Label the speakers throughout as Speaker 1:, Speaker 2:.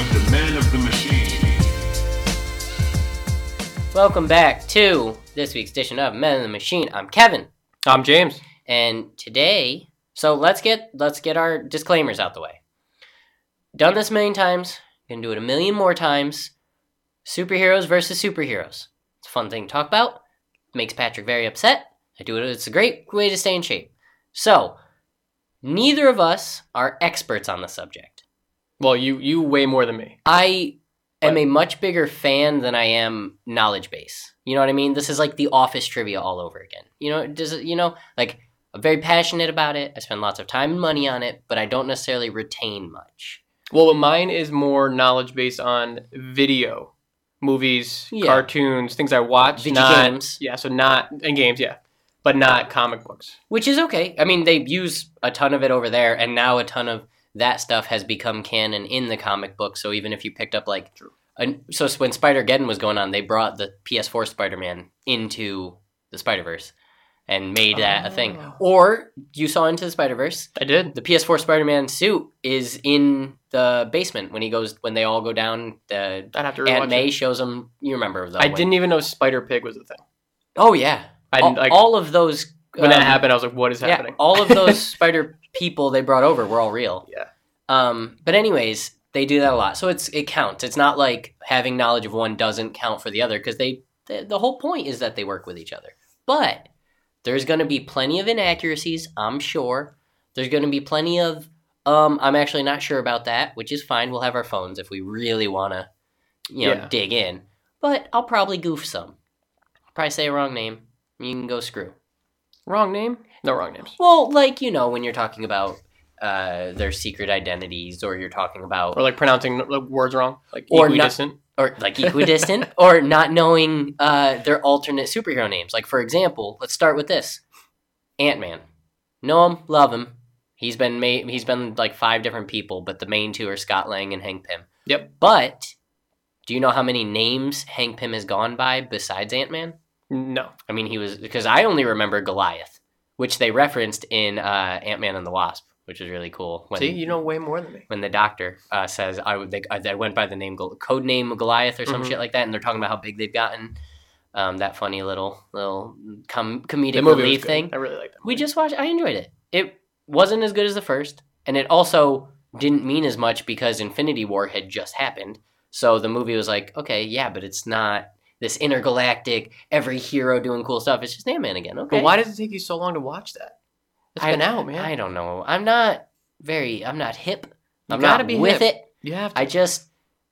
Speaker 1: of the Machine.
Speaker 2: Welcome back to this week's edition of Men in the Machine. I'm Kevin,
Speaker 3: I'm James.
Speaker 2: and today, so let's get let's get our disclaimers out the way. Done this a million times, gonna do it a million more times. Superheroes versus superheroes. It's a fun thing to talk about. Makes Patrick very upset. I do it. It's a great way to stay in shape. So, neither of us are experts on the subject.
Speaker 3: Well, you you way more than me.
Speaker 2: I am a much bigger fan than I am knowledge base. You know what I mean? This is like the office trivia all over again. You know, does it, you know, like I'm very passionate about it. I spend lots of time and money on it, but I don't necessarily retain much.
Speaker 3: Well, mine is more knowledge based on video, movies,
Speaker 2: Yeah.
Speaker 3: cartoons, things I watch.
Speaker 2: Video
Speaker 3: not,
Speaker 2: games.
Speaker 3: Yeah, so not and games. Yeah, but not comic books.
Speaker 2: Which is okay. I mean, they use a ton of it over there and now a ton of that stuff has become canon in the comic book. So even if you picked up like an, so when Spider-Geddon was going on, they brought the PS4 Spider-Man into the Spider-Verse and made that a thing.
Speaker 3: Oh.
Speaker 2: Or you saw Into the Spider-Verse
Speaker 3: I did.
Speaker 2: the PS4 Spider-Man suit is in the basement when he goes when they all go down. The
Speaker 3: I'd have to rewatch
Speaker 2: Aunt May
Speaker 3: it.
Speaker 2: shows him. You remember that?
Speaker 3: I
Speaker 2: one.
Speaker 3: didn't even know Spider Pig was a thing.
Speaker 2: Oh yeah.
Speaker 3: I
Speaker 2: all,
Speaker 3: didn't, like
Speaker 2: all of those.
Speaker 3: when
Speaker 2: um,
Speaker 3: that happened, I was like, "What is
Speaker 2: yeah,
Speaker 3: happening?"
Speaker 2: all of those spider people they brought over were all real.
Speaker 3: Yeah.
Speaker 2: Um, but anyways, they do that a lot, so it's it counts. It's not like having knowledge of one doesn't count for the other because they the, the whole point is that they work with each other. But there's going to be plenty of inaccuracies, I'm sure. There's going to be plenty of um, I'm actually not sure about that, which is fine. We'll have our phones if we really want to, you know,
Speaker 3: Yeah.
Speaker 2: dig in. But I'll probably goof some. Probably say a wrong name. You can go screw.
Speaker 3: Wrong name? No, wrong names.
Speaker 2: Well, like you know, when you're talking about uh, their secret identities, or you're talking about
Speaker 3: Or like pronouncing like, words wrong, like
Speaker 2: Or not-
Speaker 3: equidistant.
Speaker 2: or like equidistant, or not knowing uh, their alternate superhero names. Like for example, let's start with this: Ant Man. Know him, love him. He's been made. He's been like five different people, but the main two are Scott Lang and Hank Pym.
Speaker 3: Yep.
Speaker 2: But do you know how many names Hank Pym has gone by besides Ant Man?
Speaker 3: no,
Speaker 2: I mean, he was because I only remember Goliath, which they referenced in uh, Ant Man and the Wasp, which is really cool. When,
Speaker 3: see, you know way more than me.
Speaker 2: when the doctor uh, says I would they, I, I went by the name Gol- code name Goliath or some
Speaker 3: Mhm.
Speaker 2: shit like that, and they're talking about how big they've gotten. Um, that funny little little com- comedic
Speaker 3: The movie was
Speaker 2: relief
Speaker 3: good.
Speaker 2: thing.
Speaker 3: I really like that.
Speaker 2: We just watched. I enjoyed it. It wasn't as good as the first, and it also didn't mean as much because Infinity War had just happened. So the movie was like, okay, yeah, but it's not this intergalactic every hero doing cool stuff. It's just Ant Man again. Okay,
Speaker 3: But why does it take you so long to watch that? It's
Speaker 2: I-
Speaker 3: been out, man.
Speaker 2: I don't know. I'm not very. I'm not hip.
Speaker 3: You
Speaker 2: I'm
Speaker 3: gotta
Speaker 2: not
Speaker 3: be
Speaker 2: with
Speaker 3: hip.
Speaker 2: it.
Speaker 3: you have to.
Speaker 2: I just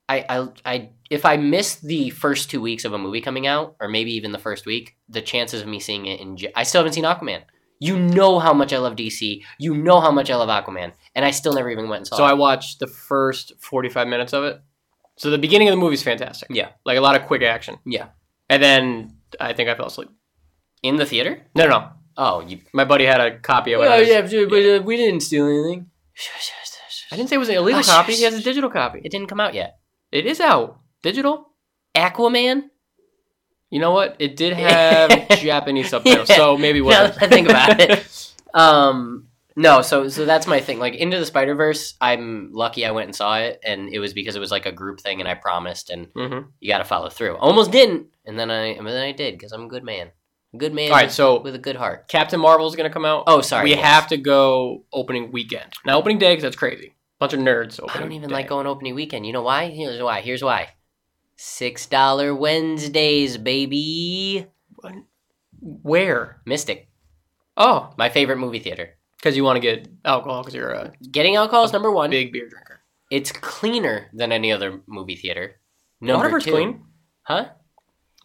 Speaker 2: I, I I if I miss the first two weeks of a movie coming out, or maybe even the first week, the chances of me seeing it in J- I still haven't seen Aquaman. You know how much I love DC. You know how much I love Aquaman, and I still never even went and saw.
Speaker 3: So
Speaker 2: it.
Speaker 3: I watched the first 45 minutes of it. So the beginning of the movie's fantastic.
Speaker 2: Yeah.
Speaker 3: Like a lot of quick action.
Speaker 2: Yeah.
Speaker 3: And then I think I fell asleep.
Speaker 2: in the theater.
Speaker 3: No, no, no.
Speaker 2: Oh, you.
Speaker 3: My buddy had a copy of it. I, just-
Speaker 2: but uh, we didn't steal anything.
Speaker 3: I didn't say it was an illegal
Speaker 2: Oh, sh-
Speaker 3: copy.
Speaker 2: sh-
Speaker 3: He has a digital copy.
Speaker 2: It didn't come out yet.
Speaker 3: It is out. Digital.
Speaker 2: Aquaman.
Speaker 3: You know what? It did have Japanese subtitles,
Speaker 2: Yeah.
Speaker 3: so maybe it
Speaker 2: Now
Speaker 3: wasn't.
Speaker 2: that I think about it. Um, no, so so that's my thing. Like Into the Spider Verse, I'm lucky I went and saw it, and it was because it was like a group thing, and I promised, and
Speaker 3: Mhm.
Speaker 2: you got to follow through. Almost didn't, and then I and then I did because I'm a good man, a good man
Speaker 3: All right, so
Speaker 2: with a good heart.
Speaker 3: Captain Marvel's going to come out.
Speaker 2: Oh, sorry,
Speaker 3: we
Speaker 2: yes.
Speaker 3: have to go opening weekend. Now, opening day, because that's crazy. Bunch of nerds. Opening
Speaker 2: I don't even
Speaker 3: day.
Speaker 2: like going opening weekend. You know why? Here's why. Here's why. Six dollar Wednesdays, baby.
Speaker 3: Where?
Speaker 2: Mystic,
Speaker 3: Oh,
Speaker 2: my favorite movie theater.
Speaker 3: because you want to get alcohol because you're a
Speaker 2: Getting alcohol is number one.
Speaker 3: big beer drinker.
Speaker 2: It's cleaner than any other movie theater. Number
Speaker 3: Waterford's
Speaker 2: two,
Speaker 3: clean.
Speaker 2: huh?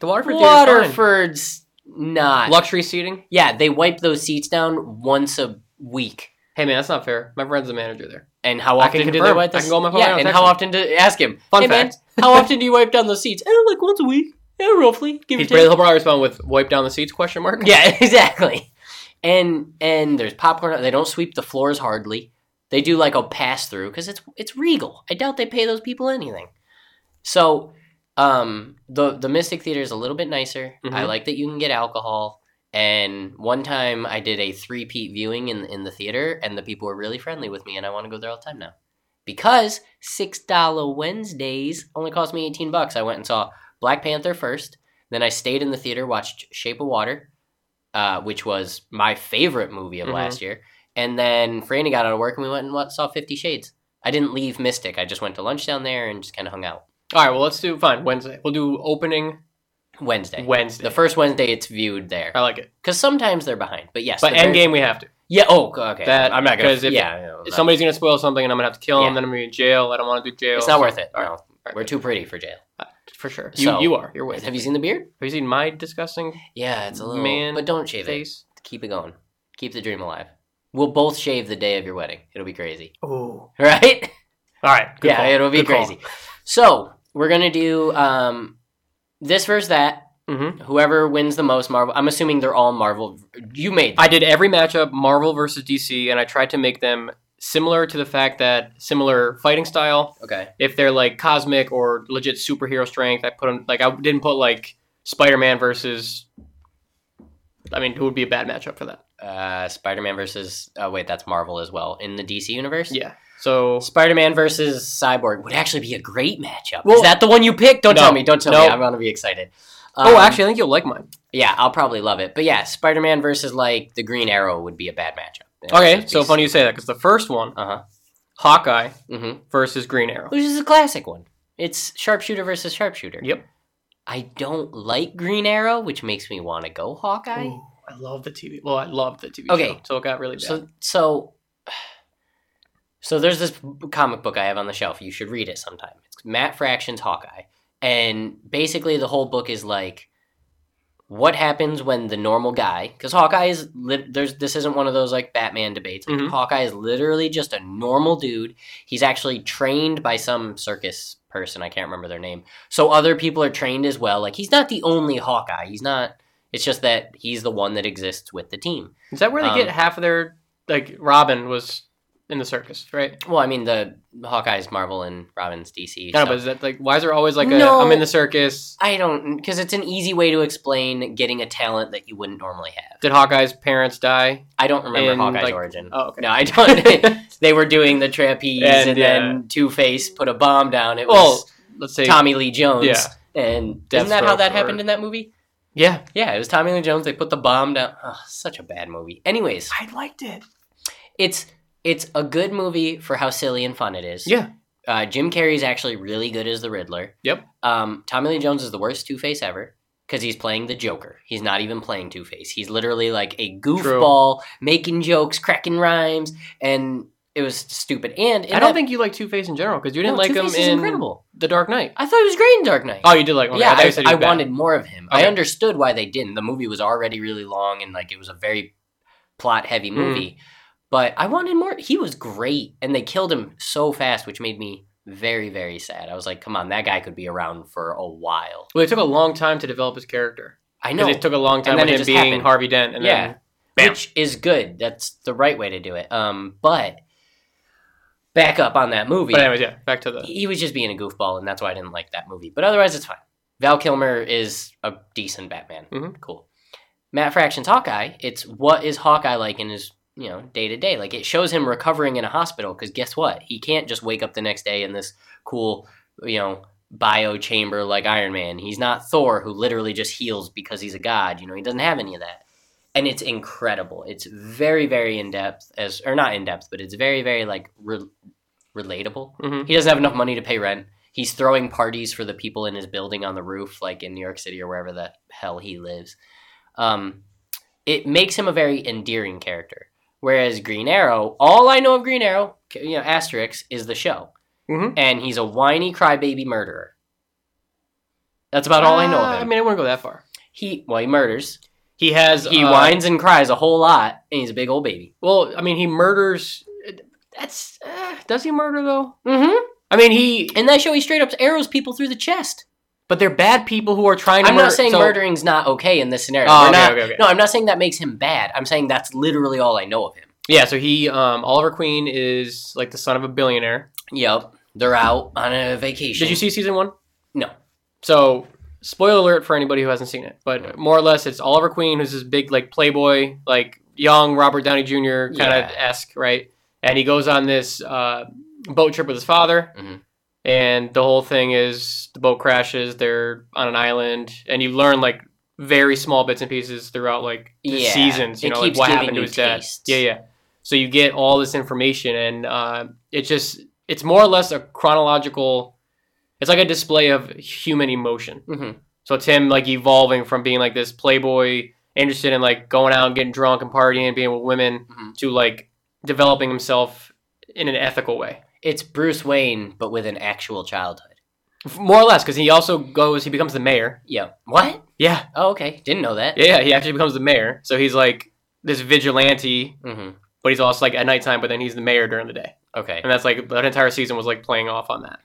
Speaker 3: The Waterford Theater's fine.
Speaker 2: Waterford's not.
Speaker 3: luxury seating.
Speaker 2: yeah, they wipe those seats down once a week.
Speaker 3: Hey man, that's not fair. My friend's the manager there.
Speaker 2: And how
Speaker 3: I
Speaker 2: often
Speaker 3: can
Speaker 2: do they
Speaker 3: confirm.
Speaker 2: wipe?
Speaker 3: I
Speaker 2: those-
Speaker 3: can go on my phone
Speaker 2: Yeah,
Speaker 3: right now
Speaker 2: and
Speaker 3: and
Speaker 2: how
Speaker 3: text
Speaker 2: often do ask him?
Speaker 3: Fun
Speaker 2: hey,
Speaker 3: fact.
Speaker 2: man, how often do you wipe down those seats? Eh, like once a week, eh, roughly. Give or
Speaker 3: He's
Speaker 2: take.
Speaker 3: probably, he'll probably respond with "wipe down the seats?" Question mark.
Speaker 2: Yeah, exactly. And and there's popcorn. They don't sweep the floors hardly. They do like a pass through because it's it's Regal. I doubt they pay those people anything. So um, the the Mystic Theater is a little bit nicer.
Speaker 3: Mhm.
Speaker 2: I like that you can get alcohol. And one time I did a three peat viewing in in the theater, and the people were really friendly with me, and I want to go there all the time now. because six dollar Wednesdays only cost me eighteen bucks. I went and saw Black Panther first, then I stayed in the theater, watched Shape of Water, uh, which was my favorite movie of
Speaker 3: Mhm.
Speaker 2: last year, and then Franny got out of work and we went and wa- saw Fifty Shades. I didn't leave Mystic. I just went to lunch down there and just kind of hung out
Speaker 3: All right, well, let's do fine Wednesday. We'll do opening
Speaker 2: Wednesday.
Speaker 3: Wednesday.
Speaker 2: The first Wednesday it's viewed there
Speaker 3: I like it,
Speaker 2: because sometimes they're behind, but yes,
Speaker 3: but
Speaker 2: the very-
Speaker 3: Endgame we have to.
Speaker 2: Yeah. Oh, okay.
Speaker 3: That-
Speaker 2: I'm not gonna.
Speaker 3: 'cause if-
Speaker 2: yeah. no, I'm not-
Speaker 3: Somebody's gonna spoil something, and I'm gonna have to kill him.
Speaker 2: Yeah.
Speaker 3: Then I'm gonna be in jail. I don't want to do jail.
Speaker 2: it's not worth it.
Speaker 3: All right.
Speaker 2: No, we're too pretty for jail.
Speaker 3: for sure. You,
Speaker 2: So-
Speaker 3: you are. You're
Speaker 2: Wait,
Speaker 3: with.
Speaker 2: have you seen the beard?
Speaker 3: Have you seen my disgusting
Speaker 2: Yeah, it's a little.
Speaker 3: Man
Speaker 2: but don't shave
Speaker 3: face?
Speaker 2: it. Keep it going. Keep the dream alive. We'll both shave the day of your wedding. It'll be crazy,
Speaker 3: Oh.
Speaker 2: right?
Speaker 3: All right. Good
Speaker 2: yeah,
Speaker 3: call.
Speaker 2: it'll be
Speaker 3: Good call.
Speaker 2: crazy. So we're gonna do um, this versus that.
Speaker 3: Mhm.
Speaker 2: Whoever wins the most Marvel, I'm assuming they're all Marvel. You made.
Speaker 3: I did every matchup, Marvel versus DC, and I tried to make them similar to the fact that similar fighting style.
Speaker 2: okay.
Speaker 3: If they're like cosmic or legit superhero strength, I put them like I didn't put like Spider Man versus. I mean, who would be a bad matchup for that?
Speaker 2: Uh, Spider-Man versus. Oh wait, that's Marvel as well in the DC universe.
Speaker 3: Yeah. So
Speaker 2: Spider-Man versus Cyborg would actually be a great matchup.
Speaker 3: Well-
Speaker 2: Is that the one you picked? Don't
Speaker 3: No.
Speaker 2: tell me. Don't tell
Speaker 3: No.
Speaker 2: me. I'm gonna be excited.
Speaker 3: oh,
Speaker 2: Um,
Speaker 3: actually, I think you'll like mine.
Speaker 2: yeah, I'll probably love it. But yeah, Spider-Man versus like the Green Arrow would be a bad matchup. That would
Speaker 3: Okay,
Speaker 2: just be
Speaker 3: so funny you say that because the first one,
Speaker 2: Uh huh.
Speaker 3: Hawkeye
Speaker 2: Mm-hmm.
Speaker 3: versus Green Arrow.
Speaker 2: Which is a classic one. It's sharpshooter versus sharpshooter.
Speaker 3: Yep.
Speaker 2: I don't like Green Arrow, which makes me want to go Hawkeye.
Speaker 3: Ooh, I love the TV. Well, I love the TV
Speaker 2: Okay.
Speaker 3: show, so it got really bad.
Speaker 2: So so so there's this comic book I have on the shelf. You should read it sometime. It's Matt Fraction's Hawkeye. And basically the whole book is like what happens when the normal guy cuz Hawkeye is lit there's this isn't one of those like Batman debates. Like,
Speaker 3: Mhm.
Speaker 2: Hawkeye is literally just a normal dude. He's actually trained by some circus person, I can't remember their name. So other people are trained as well. Like he's not the only Hawkeye. He's not it's just that he's the one that exists with the team.
Speaker 3: Is that where they get
Speaker 2: Um,
Speaker 3: half of their like Robin was in the circus, right?
Speaker 2: Well, I mean, the Hawkeye's Marvel and Robin's DC.
Speaker 3: No,
Speaker 2: so-
Speaker 3: but is that like why is there always like a
Speaker 2: No.
Speaker 3: I'm in the circus?
Speaker 2: I don't because it's an easy way to explain getting a talent that you wouldn't normally have.
Speaker 3: Did Hawkeye's parents die?
Speaker 2: I don't remember
Speaker 3: And,
Speaker 2: Hawkeye's
Speaker 3: like-
Speaker 2: origin.
Speaker 3: Oh, okay.
Speaker 2: No, I don't. they were doing the trapeze,
Speaker 3: And,
Speaker 2: and, then Two Face put a bomb down. It
Speaker 3: well,
Speaker 2: was
Speaker 3: let's say
Speaker 2: Tommy Lee Jones.
Speaker 3: Yeah.
Speaker 2: and
Speaker 3: Death
Speaker 2: isn't that how
Speaker 3: Stroke
Speaker 2: that
Speaker 3: or-
Speaker 2: happened in that movie?
Speaker 3: Yeah,
Speaker 2: Yeah, it was Tommy Lee Jones. They put the bomb down. Ugh, such a bad movie. Anyways,
Speaker 3: I liked it.
Speaker 2: it's it's a good movie for how silly and fun it is.
Speaker 3: Yeah,
Speaker 2: Uh, Jim Carrey's actually really good as the Riddler.
Speaker 3: Yep.
Speaker 2: Um, Tommy Lee Jones is the worst Two Face ever because he's playing the Joker. He's not even playing Two Face. He's literally like a goofball making jokes, cracking rhymes, and it was stupid. And in
Speaker 3: I don't
Speaker 2: that-
Speaker 3: think you like Two Face in general because you didn't
Speaker 2: No,
Speaker 3: like
Speaker 2: Two-Face
Speaker 3: him
Speaker 2: is
Speaker 3: in
Speaker 2: incredible.
Speaker 3: The Dark Knight.
Speaker 2: I thought he was great in Dark Knight.
Speaker 3: Oh, you did like. Okay,
Speaker 2: yeah,
Speaker 3: I, thought you said
Speaker 2: I,
Speaker 3: he
Speaker 2: I
Speaker 3: was bad.
Speaker 2: wanted more of him. I
Speaker 3: Okay.
Speaker 2: understood why they didn't. The movie was already really long and like it was a very plot heavy
Speaker 3: Mm-hmm.
Speaker 2: movie, but I wanted more. He was great, and they killed him so fast, which made me very very sad. I was like, come on, that guy could be around for a while.
Speaker 3: Well, it took a long time to develop his character.
Speaker 2: I know,
Speaker 3: Because it took a long time
Speaker 2: then it
Speaker 3: with him
Speaker 2: just
Speaker 3: being
Speaker 2: happened.
Speaker 3: Harvey Dent. And
Speaker 2: yeah,
Speaker 3: Then, bam.
Speaker 2: which is good. That's the right way to do it. Um, but back up on that movie.
Speaker 3: but anyways, yeah, back to the.
Speaker 2: he was just being a goofball, and that's why I didn't like that movie. But otherwise, it's fine. Val Kilmer is a decent Batman.
Speaker 3: Mhm.
Speaker 2: Cool. Matt Fraction's Hawkeye. It's what is Hawkeye like in his you know day to day? Like it shows him recovering in a hospital because guess what? He can't just wake up the next day in this cool you know bio chamber like Iron Man. He's not Thor who literally just heals because he's a god. You know he doesn't have any of that. And it's incredible. It's very, very in depth, as or not in depth, but it's very, very like re- relatable.
Speaker 3: Mhm.
Speaker 2: He doesn't have enough money to pay rent. He's throwing parties for the people in his building on the roof, like in New York City or wherever the hell he lives. Um, it makes him a very endearing character. Whereas Green Arrow, all I know of Green Arrow, c- you know, Asterix, is the show.
Speaker 3: Mhm.
Speaker 2: And he's a whiny crybaby murderer. That's about all I know
Speaker 3: Ah,
Speaker 2: of
Speaker 3: I
Speaker 2: him.
Speaker 3: mean, I wouldn't go that far.
Speaker 2: He, well, he murders.
Speaker 3: He has.
Speaker 2: He
Speaker 3: uh,
Speaker 2: whines and cries a whole lot, and he's a big old baby.
Speaker 3: Well, I mean, he murders. That's uh, does he murder though?
Speaker 2: Mm-hmm.
Speaker 3: I mean, he.
Speaker 2: In that show, he straight up arrows people through the chest.
Speaker 3: But they're bad people who are trying to.
Speaker 2: I'm
Speaker 3: murder,
Speaker 2: not saying
Speaker 3: so-
Speaker 2: murdering's not okay in this scenario.
Speaker 3: Oh,
Speaker 2: We're
Speaker 3: okay,
Speaker 2: not-
Speaker 3: okay, okay.
Speaker 2: No, I'm not saying that makes him bad. I'm saying that's literally all I know of him.
Speaker 3: Yeah, so he um, Oliver Queen is like the son of a billionaire.
Speaker 2: Yep. They're out on a vacation.
Speaker 3: Did you see season one?
Speaker 2: No.
Speaker 3: So spoiler alert for anybody who hasn't seen it, but more or less it's Oliver Queen who's this big like playboy, like young Robert Downey Jr. kind of
Speaker 2: Yeah.
Speaker 3: esque, right? And he goes on this uh, boat trip with his father,
Speaker 2: Mhm.
Speaker 3: and the whole thing is the boat crashes. They're on an island, and you learn like very small bits and pieces throughout like the
Speaker 2: Yeah,
Speaker 3: seasons. You
Speaker 2: it
Speaker 3: know, like
Speaker 2: keeps
Speaker 3: what
Speaker 2: giving
Speaker 3: happened to
Speaker 2: you
Speaker 3: his dad.
Speaker 2: tastes.
Speaker 3: Yeah, yeah. So you get all this information, and uh, it just it's more or less a chronological. It's like a display of human emotion.
Speaker 2: Mhm.
Speaker 3: So it's him like evolving from being like this playboy, interested in like going out and getting drunk and partying, being with women,
Speaker 2: Mhm.
Speaker 3: to like developing himself in an ethical way,
Speaker 2: It's Bruce Wayne, but with an actual childhood.
Speaker 3: F- more or less. Because he also goes, he becomes the mayor.
Speaker 2: Yeah. What?
Speaker 3: Yeah,
Speaker 2: Oh, okay. Didn't know that.
Speaker 3: yeah, he actually becomes the mayor. So he's like this vigilante,
Speaker 2: hmm
Speaker 3: but he's also like at nighttime. But then he's the mayor during the day,
Speaker 2: Okay.
Speaker 3: and that's like that entire season was like playing off on that.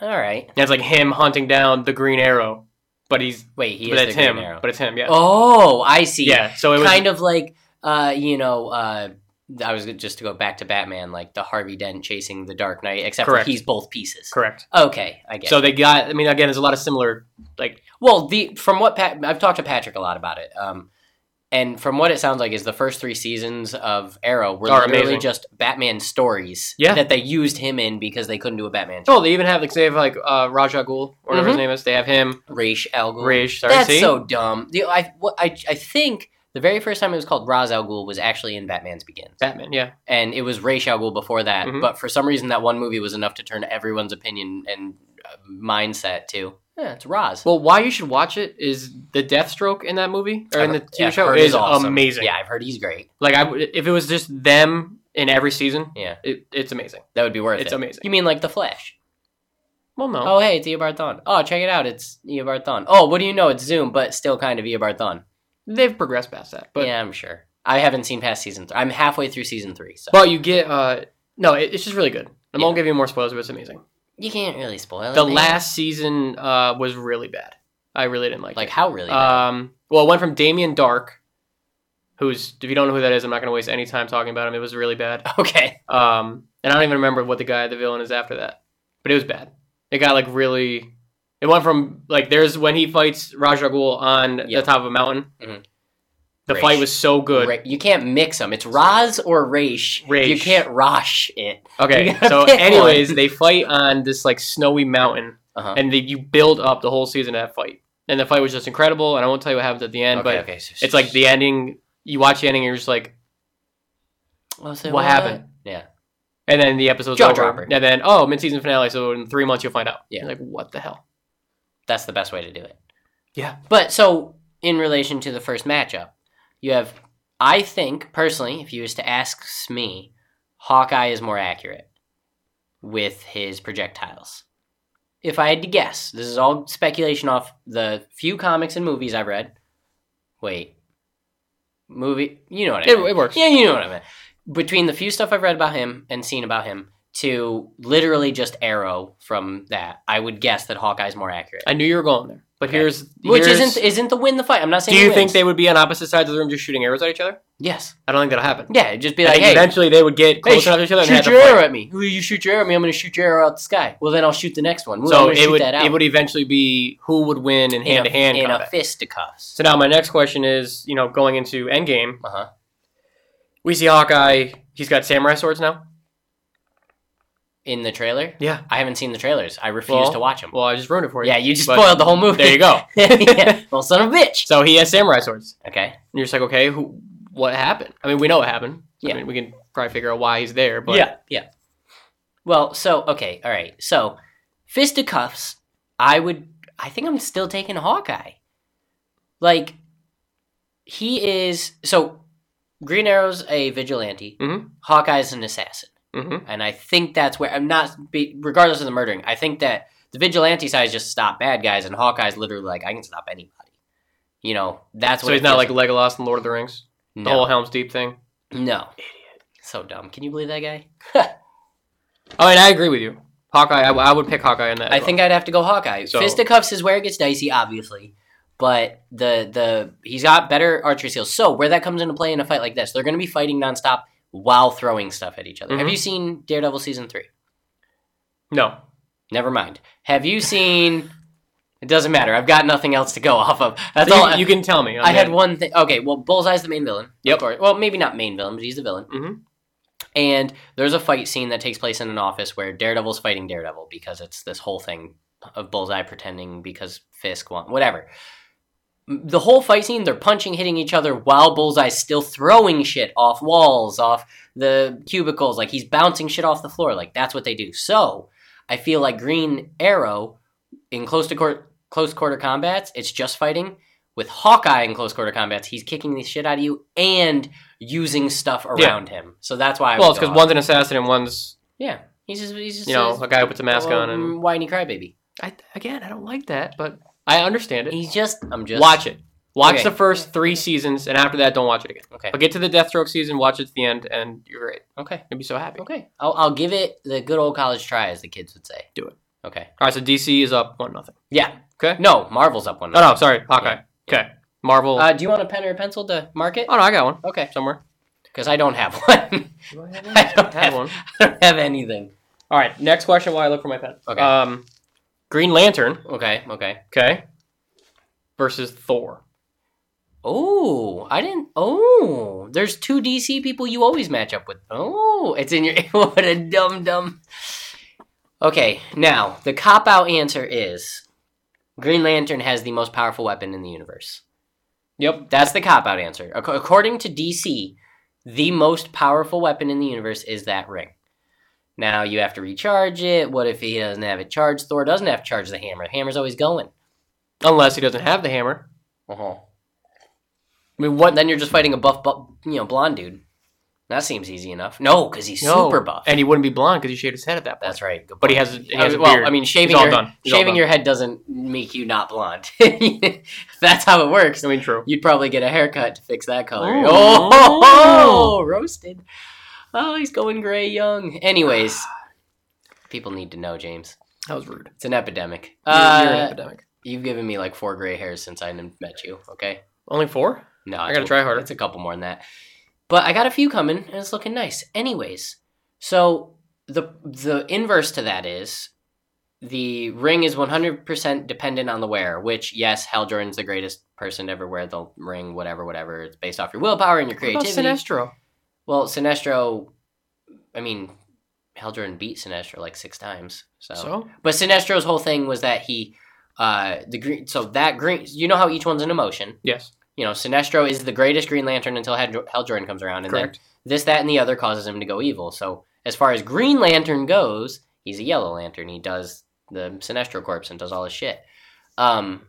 Speaker 2: All right.
Speaker 3: And it's like him hunting down the Green Arrow, but he's
Speaker 2: Wait, he
Speaker 3: but
Speaker 2: is
Speaker 3: it's
Speaker 2: the Green
Speaker 3: him,
Speaker 2: Arrow.
Speaker 3: but it's him. Yeah,
Speaker 2: Oh, I see.
Speaker 3: yeah. So it was
Speaker 2: kind of like uh you know uh i was just to go back to batman like the harvey dent chasing the dark knight except
Speaker 3: Correct.
Speaker 2: for he's both pieces
Speaker 3: correct.
Speaker 2: okay i get
Speaker 3: So
Speaker 2: so
Speaker 3: they got. I mean, again, there's a lot of similar. Like,
Speaker 2: well the from what pat i've talked to patrick a lot about it um and from what it sounds like is the first three seasons of arrow were
Speaker 3: Are
Speaker 2: literally
Speaker 3: amazing.
Speaker 2: just batman stories
Speaker 3: Yeah.
Speaker 2: that they used him in because they couldn't do a batman
Speaker 3: oh, they even have like they have like uh, Raja Ghul or whatever his name is. They have him,
Speaker 2: Raish al Ghul.
Speaker 3: Raish. Sorry,
Speaker 2: Mm-hmm. that's
Speaker 3: see?
Speaker 2: so dumb the, I, what, I, I think the very first time it was called Ra's al Ghul was actually in batman's begins
Speaker 3: Batman. Yeah,
Speaker 2: and it was Ra's al Ghul before that.
Speaker 3: Mhm.
Speaker 2: But for some reason, that one movie was enough to turn everyone's opinion and uh, mindset to yeah, it's Ra's.
Speaker 3: Well, why you should watch it is the Deathstroke in that movie or in the
Speaker 2: I've-
Speaker 3: TV
Speaker 2: yeah, I've
Speaker 3: show
Speaker 2: heard
Speaker 3: is
Speaker 2: he's awesome.
Speaker 3: amazing.
Speaker 2: Yeah, I've heard he's great.
Speaker 3: Like, I would- if it was just them in every season,
Speaker 2: Yeah.
Speaker 3: it, it's amazing.
Speaker 2: That would be worth
Speaker 3: It's
Speaker 2: it.
Speaker 3: amazing.
Speaker 2: You mean like the Flash?
Speaker 3: Well, no,
Speaker 2: Oh, hey, it's Ea Barthon. Oh, check it out, it's Ea Barthon. Oh, what do you know? It's Zoom, but still kind of Ea Barthon.
Speaker 3: they've progressed past that, but
Speaker 2: yeah, I'm sure. I haven't seen past season. three. I'm halfway through season three, so
Speaker 3: but you get uh no, it, it's just really good. I won't
Speaker 2: Yeah.
Speaker 3: give you more spoilers, but it's amazing.
Speaker 2: you can't really spoil it,
Speaker 3: The
Speaker 2: man.
Speaker 3: last season uh was really bad. I really didn't like,
Speaker 2: like
Speaker 3: it.
Speaker 2: how really? bad?
Speaker 3: Um, well, it went from Damien Dark, who's if you don't know who that is, I'm not going to waste any time talking about him. It was really bad.
Speaker 2: okay,
Speaker 3: Um, and I don't even remember what the guy, the villain, is after that, but it was bad. It got like really. It went from like there's when he fights Rajagul on
Speaker 2: Yeah.
Speaker 3: the top of a mountain.
Speaker 2: Mhm.
Speaker 3: The
Speaker 2: Raish.
Speaker 3: fight was so good.
Speaker 2: Ra- you can't mix them. It's Raz or Raish. You
Speaker 3: Raish.
Speaker 2: can't Rosh it. You
Speaker 3: Okay,
Speaker 2: gotta
Speaker 3: so
Speaker 2: pick
Speaker 3: anyways,
Speaker 2: one.
Speaker 3: they fight on this like snowy mountain,
Speaker 2: Uh-huh.
Speaker 3: and they, you build up the whole season of that fight, and the fight was just incredible. And I won't tell you what happens at the end, but
Speaker 2: okay. So
Speaker 3: it's like the ending. You watch the ending, and you're just like,
Speaker 2: Well, so
Speaker 3: what, happened?
Speaker 2: Yeah.
Speaker 3: And then the episode's
Speaker 2: Jaw
Speaker 3: over.
Speaker 2: dropper.
Speaker 3: And then oh, mid season finale. So in three months you'll find out.
Speaker 2: Yeah.
Speaker 3: You're like what the hell?
Speaker 2: That's the best way to do it.
Speaker 3: Yeah.
Speaker 2: But so, in relation to the first matchup, you have, I think, personally, if you was to ask me, Hawkeye is more accurate with his projectiles. If I had to guess, this is all speculation off the few comics and movies I've read. Wait. Movie? You know what I
Speaker 3: It,
Speaker 2: mean.
Speaker 3: it works.
Speaker 2: Yeah, you know what I meant. Between the few stuff I've read about him and seen about him to literally just Arrow from that, I would guess that Hawkeye's more accurate.
Speaker 3: I knew you were going there. But
Speaker 2: Okay.
Speaker 3: here's
Speaker 2: Which
Speaker 3: here's-
Speaker 2: isn't isn't the win the fight. I'm not saying.
Speaker 3: Do
Speaker 2: he
Speaker 3: you think
Speaker 2: wins.
Speaker 3: they would be on opposite sides of the room just shooting arrows at each other?
Speaker 2: Yes.
Speaker 3: I don't think that'll happen.
Speaker 2: Yeah. It'd just be
Speaker 3: I
Speaker 2: like,
Speaker 3: think
Speaker 2: hey,
Speaker 3: eventually they would get
Speaker 2: hey,
Speaker 3: close enough to each other and have
Speaker 2: shoot
Speaker 3: to
Speaker 2: your
Speaker 3: fight.
Speaker 2: arrow at me. Ooh, You shoot your arrow at me. I'm going to shoot your arrow out the sky. Well, then I'll shoot the next one. Ooh, I'm
Speaker 3: So
Speaker 2: gonna
Speaker 3: it
Speaker 2: shoot
Speaker 3: would
Speaker 2: that out.
Speaker 3: it would eventually be who would win in
Speaker 2: In a-
Speaker 3: hand to hand
Speaker 2: in a
Speaker 3: combat.
Speaker 2: fisticuffs.
Speaker 3: So now my next question is, you know, going into Endgame,
Speaker 2: Uh huh.
Speaker 3: we see Hawkeye. He's got samurai swords now.
Speaker 2: In the trailer,
Speaker 3: Yeah.
Speaker 2: I haven't seen the trailers. I refuse
Speaker 3: Well,
Speaker 2: to watch them.
Speaker 3: Well, I just ruined it for you.
Speaker 2: yeah, you just
Speaker 3: but-
Speaker 2: spoiled the whole movie.
Speaker 3: There you go.
Speaker 2: yeah. Well, son of a bitch.
Speaker 3: So he has samurai swords.
Speaker 2: Okay.
Speaker 3: And you're just like, okay, who, what happened? I mean, we know what happened.
Speaker 2: Yeah.
Speaker 3: I mean, we can probably figure out why he's there, but
Speaker 2: yeah, yeah. Well, so okay, all right. So fisticuffs, I would. I think I'm still taking Hawkeye. Like he is. So Green Arrow's a vigilante.
Speaker 3: Mhm.
Speaker 2: Hawkeye's an assassin,
Speaker 3: Mhm.
Speaker 2: and I think that's where I'm not. Be, regardless of the murdering, I think that the vigilante side is just stop bad guys, and Hawkeye's literally like I can stop anybody. You know, that's what.
Speaker 3: so
Speaker 2: it
Speaker 3: he's not like
Speaker 2: feels
Speaker 3: Legolas in Lord of the Rings, the whole
Speaker 2: no,
Speaker 3: Helm's Deep thing.
Speaker 2: no, idiot, so dumb. Can you believe that guy?
Speaker 3: I mean, I agree with you. Hawkeye, I, I would pick Hawkeye in that.
Speaker 2: I
Speaker 3: as well.
Speaker 2: think I'd have to go Hawkeye.
Speaker 3: So-
Speaker 2: Fisticuffs is where it gets dicey, obviously. But the the he's got better archery skills. So where that comes into play in a fight like this, they're going to be fighting nonstop while throwing stuff at each other. Have
Speaker 3: Mhm.
Speaker 2: you seen Daredevil season three?
Speaker 3: no.
Speaker 2: Never mind. Have you seen? it doesn't matter. I've got nothing else to go off of. That's
Speaker 3: So you,
Speaker 2: all.
Speaker 3: you can tell me.
Speaker 2: I had one thing. Okay, well, Bullseye's the main villain. of
Speaker 3: Yep.
Speaker 2: course. Well, maybe not main villain, but he's the villain.
Speaker 3: Mhm.
Speaker 2: And there's a fight scene that takes place in an office where Daredevil's fighting Daredevil because it's this whole thing of Bullseye pretending because Fisk won, whatever. The whole fight scene, they're punching, hitting each other while Bullseye's still throwing shit off walls, off the cubicles. Like he's bouncing shit off the floor. Like that's what they do. So I feel like Green Arrow in close to court, close quarter combats, it's just fighting. With Hawkeye in close quarter combats, he's kicking the shit out of you and using stuff around him. So that's why. I
Speaker 3: well,
Speaker 2: would
Speaker 3: it's
Speaker 2: go
Speaker 3: because
Speaker 2: off.
Speaker 3: one's an assassin and one's
Speaker 2: yeah, he's just he's just
Speaker 3: you know
Speaker 2: he's
Speaker 3: a guy who puts a mask
Speaker 2: little
Speaker 3: on. And
Speaker 2: whiny crybaby.
Speaker 3: I, again, I don't like that, but I understand it.
Speaker 2: He's just I'm just
Speaker 3: Watch it. Watch
Speaker 2: Okay.
Speaker 3: the first three seasons, and after that, don't watch it again.
Speaker 2: Okay,
Speaker 3: But get to the Deathstroke season, watch it to the end, and you're great.
Speaker 2: okay,
Speaker 3: You'll be so happy.
Speaker 2: okay. I'll I'll give it the good old college try, as the kids would say.
Speaker 3: Do it.
Speaker 2: Okay.
Speaker 3: All right, so DC is up one nothing.
Speaker 2: Yeah.
Speaker 3: Okay.
Speaker 2: No, Marvel's up one.
Speaker 3: Oh no, sorry, Hawkeye.
Speaker 2: Yeah.
Speaker 3: Okay, Marvel.
Speaker 2: Uh, do you want a pen or a pencil to mark it?
Speaker 3: oh no, I got one
Speaker 2: Okay,
Speaker 3: somewhere.
Speaker 2: because I don't have one. I don't
Speaker 3: Had
Speaker 2: have
Speaker 3: one.
Speaker 2: I don't have anything.
Speaker 3: All right, next question. While I look for my pen.
Speaker 2: Okay.
Speaker 3: Um, Green Lantern.
Speaker 2: Okay, okay.
Speaker 3: Okay. Versus Thor.
Speaker 2: Oh, I didn't. Oh, there's two DC people you always match up with. Oh, it's in your. What a dumb dumb. Okay, now the cop out answer is Green Lantern has the most powerful weapon in the universe.
Speaker 3: Yep.
Speaker 2: That's the cop out answer. Ac- according to DC, the most powerful weapon in the universe is that ring. Now you have to recharge it. What if he doesn't have it charged? Thor doesn't have to charge the hammer. The hammer's always going.
Speaker 3: Unless he doesn't have the hammer.
Speaker 2: Uh-huh. I mean, what? Then you're just fighting a buff, bu- you know, blonde dude. That seems easy enough. No, because he's
Speaker 3: No,
Speaker 2: super buff.
Speaker 3: And he wouldn't be blonde because he shaved his head at that point.
Speaker 2: That's right. Good
Speaker 3: But he
Speaker 2: point.
Speaker 3: has. He has
Speaker 2: I
Speaker 3: a
Speaker 2: mean, well,
Speaker 3: beard.
Speaker 2: I mean, shaving
Speaker 3: He's all
Speaker 2: your
Speaker 3: done. He's all
Speaker 2: shaving
Speaker 3: done.
Speaker 2: your head doesn't make you not blonde. That's how it works.
Speaker 3: I mean, true.
Speaker 2: You'd probably get a haircut to fix that color.
Speaker 3: Oh.
Speaker 2: Oh, ho, ho, ho, roasted. Oh, he's going gray young. Anyways,
Speaker 3: Ah.
Speaker 2: people need to know, James.
Speaker 3: That was rude.
Speaker 2: It's an epidemic.
Speaker 3: You're, you're an
Speaker 2: Uh,
Speaker 3: epidemic.
Speaker 2: you've given me like four gray hairs since I met you. Okay.
Speaker 3: Only four.
Speaker 2: No,
Speaker 3: I
Speaker 2: it's
Speaker 3: gotta
Speaker 2: a-
Speaker 3: try harder.
Speaker 2: It's a couple more than that, but I got a few coming, and it's looking nice. Anyways, so the the inverse to that is the ring is one hundred percent dependent on the wearer. Which yes, Hal Jordan's the greatest person to ever wear the ring. Whatever, whatever. It's based off your willpower and your
Speaker 3: What about
Speaker 2: creativity.
Speaker 3: Sinestro.
Speaker 2: well, Sinestro, I mean, Hal Jordan beat Sinestro like six times.
Speaker 3: So
Speaker 2: But Sinestro's whole thing was that he, uh, the green. So that green, you know how each one's an emotion
Speaker 3: yes,
Speaker 2: you know, Sinestro is the greatest Green Lantern until Hal Hal Jordan comes around, and
Speaker 3: correct.
Speaker 2: then this, that, and the other causes him to go evil. So as far as Green Lantern goes, he's a Yellow Lantern. He does the Sinestro Corpse and does all his shit. Um,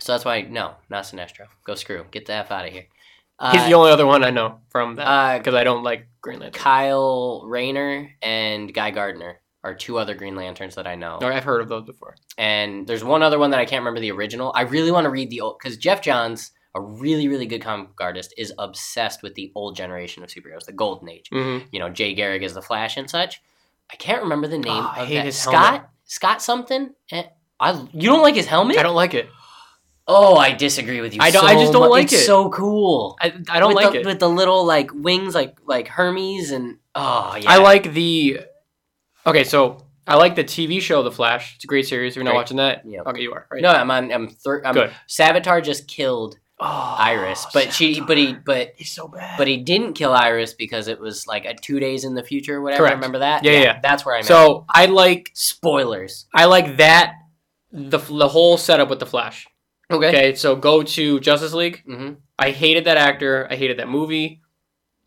Speaker 2: so that's why no, not Sinestro. Go screw. Get the f out of here. Uh,
Speaker 3: He's the only other one I know from that
Speaker 2: uh,
Speaker 3: because I don't like Green Lantern.
Speaker 2: Kyle Rayner and Guy Gardner are two other Green Lanterns that I know.
Speaker 3: Or I've heard of those before.
Speaker 2: and there's one other one that I can't remember the original. I really want to read the old because Jeff Johns, a really really good comic book artist, is obsessed with the old generation of superheroes, the Golden Age.
Speaker 3: hmm
Speaker 2: You know, Jay Garrick is the Flash and such. I can't remember the name
Speaker 3: Oh, I
Speaker 2: of
Speaker 3: hate
Speaker 2: that.
Speaker 3: his
Speaker 2: Scott
Speaker 3: helmet.
Speaker 2: Scott something. Eh, I you don't like his helmet?
Speaker 3: I don't like it.
Speaker 2: oh, I disagree with you.
Speaker 3: I don't-
Speaker 2: so
Speaker 3: I just don't
Speaker 2: mu-
Speaker 3: like
Speaker 2: it's
Speaker 3: it.
Speaker 2: So cool.
Speaker 3: I, I don't
Speaker 2: with
Speaker 3: like
Speaker 2: the,
Speaker 3: it.
Speaker 2: with the little like wings like like Hermes and oh yeah.
Speaker 3: I like the. Okay, so I like the TV show The Flash. It's a great series. If you're not
Speaker 2: Great.
Speaker 3: watching that,
Speaker 2: Yep.
Speaker 3: okay, you are. Right?
Speaker 2: no, I'm on. I'm. Thir- I'm
Speaker 3: Good.
Speaker 2: Savitar just killed
Speaker 3: Oh,
Speaker 2: Iris, but she, but he, but
Speaker 3: he's so bad.
Speaker 2: But he didn't kill Iris because it was like a two days in the future, or whatever.
Speaker 3: Correct.
Speaker 2: Remember that?
Speaker 3: Yeah, yeah.
Speaker 2: That's where I'm at.
Speaker 3: so I like
Speaker 2: Spoilers.
Speaker 3: I like that the the whole setup with the Flash.
Speaker 2: Okay.
Speaker 3: Okay, so go to Justice League.
Speaker 2: hmm
Speaker 3: I hated that actor. I hated that movie.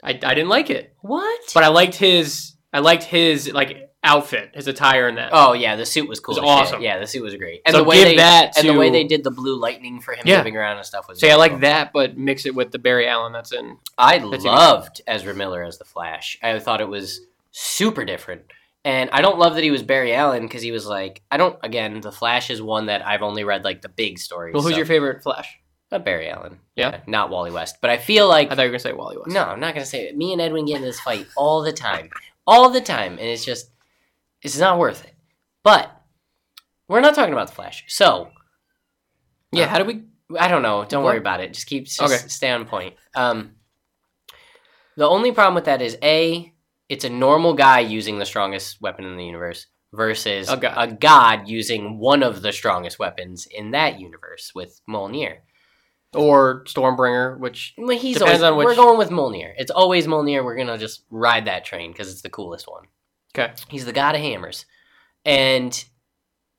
Speaker 3: I, I didn't like it,
Speaker 2: What?
Speaker 3: but I liked his I liked his like outfit, his attire in that.
Speaker 2: oh yeah, the suit was cool.
Speaker 3: It was
Speaker 2: as shit.
Speaker 3: awesome.
Speaker 2: Yeah, the suit was great. And
Speaker 3: So
Speaker 2: the way
Speaker 3: give
Speaker 2: they
Speaker 3: that
Speaker 2: and the way
Speaker 3: to-
Speaker 2: they did the blue lightning for him
Speaker 3: Yeah.
Speaker 2: moving around and stuff was.
Speaker 3: so yeah, I
Speaker 2: really
Speaker 3: like
Speaker 2: cool.
Speaker 3: that, but mix it with the Barry Allen that's in.
Speaker 2: I
Speaker 3: That's
Speaker 2: loved Ezra Miller as the Flash. I thought it was super different. And I don't love that he was Barry Allen because he was like I don't again the Flash is one that I've only read like the big stories.
Speaker 3: Well, who's
Speaker 2: so-
Speaker 3: your favorite Flash?
Speaker 2: Uh, Barry Allen?
Speaker 3: Yeah.
Speaker 2: not Wally West, but I feel like
Speaker 3: I thought you were gonna say Wally West.
Speaker 2: No, I'm not gonna say it. Me and Edwin get in this fight all the time, all the time, and it's just, it's not worth it. But we're not talking about the Flash, so
Speaker 3: Yeah, how do we?
Speaker 2: I don't know. Don't
Speaker 3: What?
Speaker 2: worry about it. Just keep just
Speaker 3: Okay.
Speaker 2: stay on point. Um, the only problem with that is a, it's a normal guy using the strongest weapon in the universe versus
Speaker 3: A god.
Speaker 2: a god using one of the strongest weapons in that universe with Mjolnir.
Speaker 3: or Stormbringer, which
Speaker 2: Well, he's always,
Speaker 3: Depends on which-
Speaker 2: We're going with Mjolnir. It's always Mjolnir. We're gonna just ride that train because it's the coolest one.
Speaker 3: Okay.
Speaker 2: He's the god of hammers, and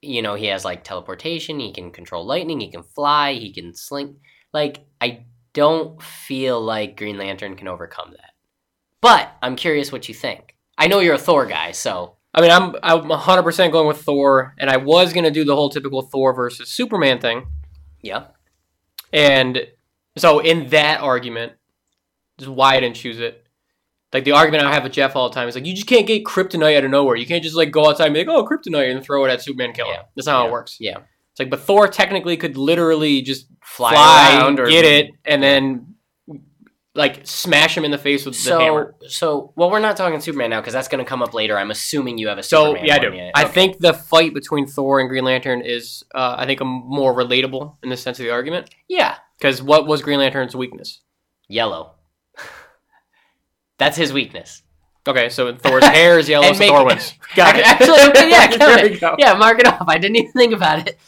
Speaker 2: you know he has like teleportation. He can control lightning. He can fly. He can sling. Like I don't feel like Green Lantern can overcome that. But I'm curious what you think. I know you're a Thor guy, so
Speaker 3: I mean, I'm I'm 100 percent going with Thor, and I was gonna do the whole typical Thor versus Superman thing,
Speaker 2: yeah.
Speaker 3: and so in that argument, just why I didn't choose it. Like the argument I have with Jeff all the time is like, you just can't get kryptonite out of nowhere. You can't just like go outside and be like, oh, kryptonite, and throw it at Superman, and kill him.
Speaker 2: Yeah.
Speaker 3: That's not how it works.
Speaker 2: Yeah.
Speaker 3: It's like, but Thor technically could literally just
Speaker 2: Fly,
Speaker 3: fly,
Speaker 2: around or
Speaker 3: get it, and then like smash him in the face with the hammer.
Speaker 2: So so well, we're not talking Superman now because that's gonna come up later. I'm assuming you have a
Speaker 3: So
Speaker 2: Superman
Speaker 3: yeah, I
Speaker 2: one
Speaker 3: do.
Speaker 2: yet.
Speaker 3: I
Speaker 2: Okay.
Speaker 3: think the fight between Thor and Green Lantern is, uh, I think, a more relatable in the sense of the argument.
Speaker 2: yeah.
Speaker 3: Because what was Green Lantern's weakness?
Speaker 2: yellow. That's his weakness.
Speaker 3: Okay, so Thor's hair is yellow,
Speaker 2: And
Speaker 3: so
Speaker 2: make-
Speaker 3: Thor wins. Got it.
Speaker 2: Actually, okay, yeah, count
Speaker 3: there we
Speaker 2: it.
Speaker 3: go.
Speaker 2: Yeah, mark it off. I didn't even think about it.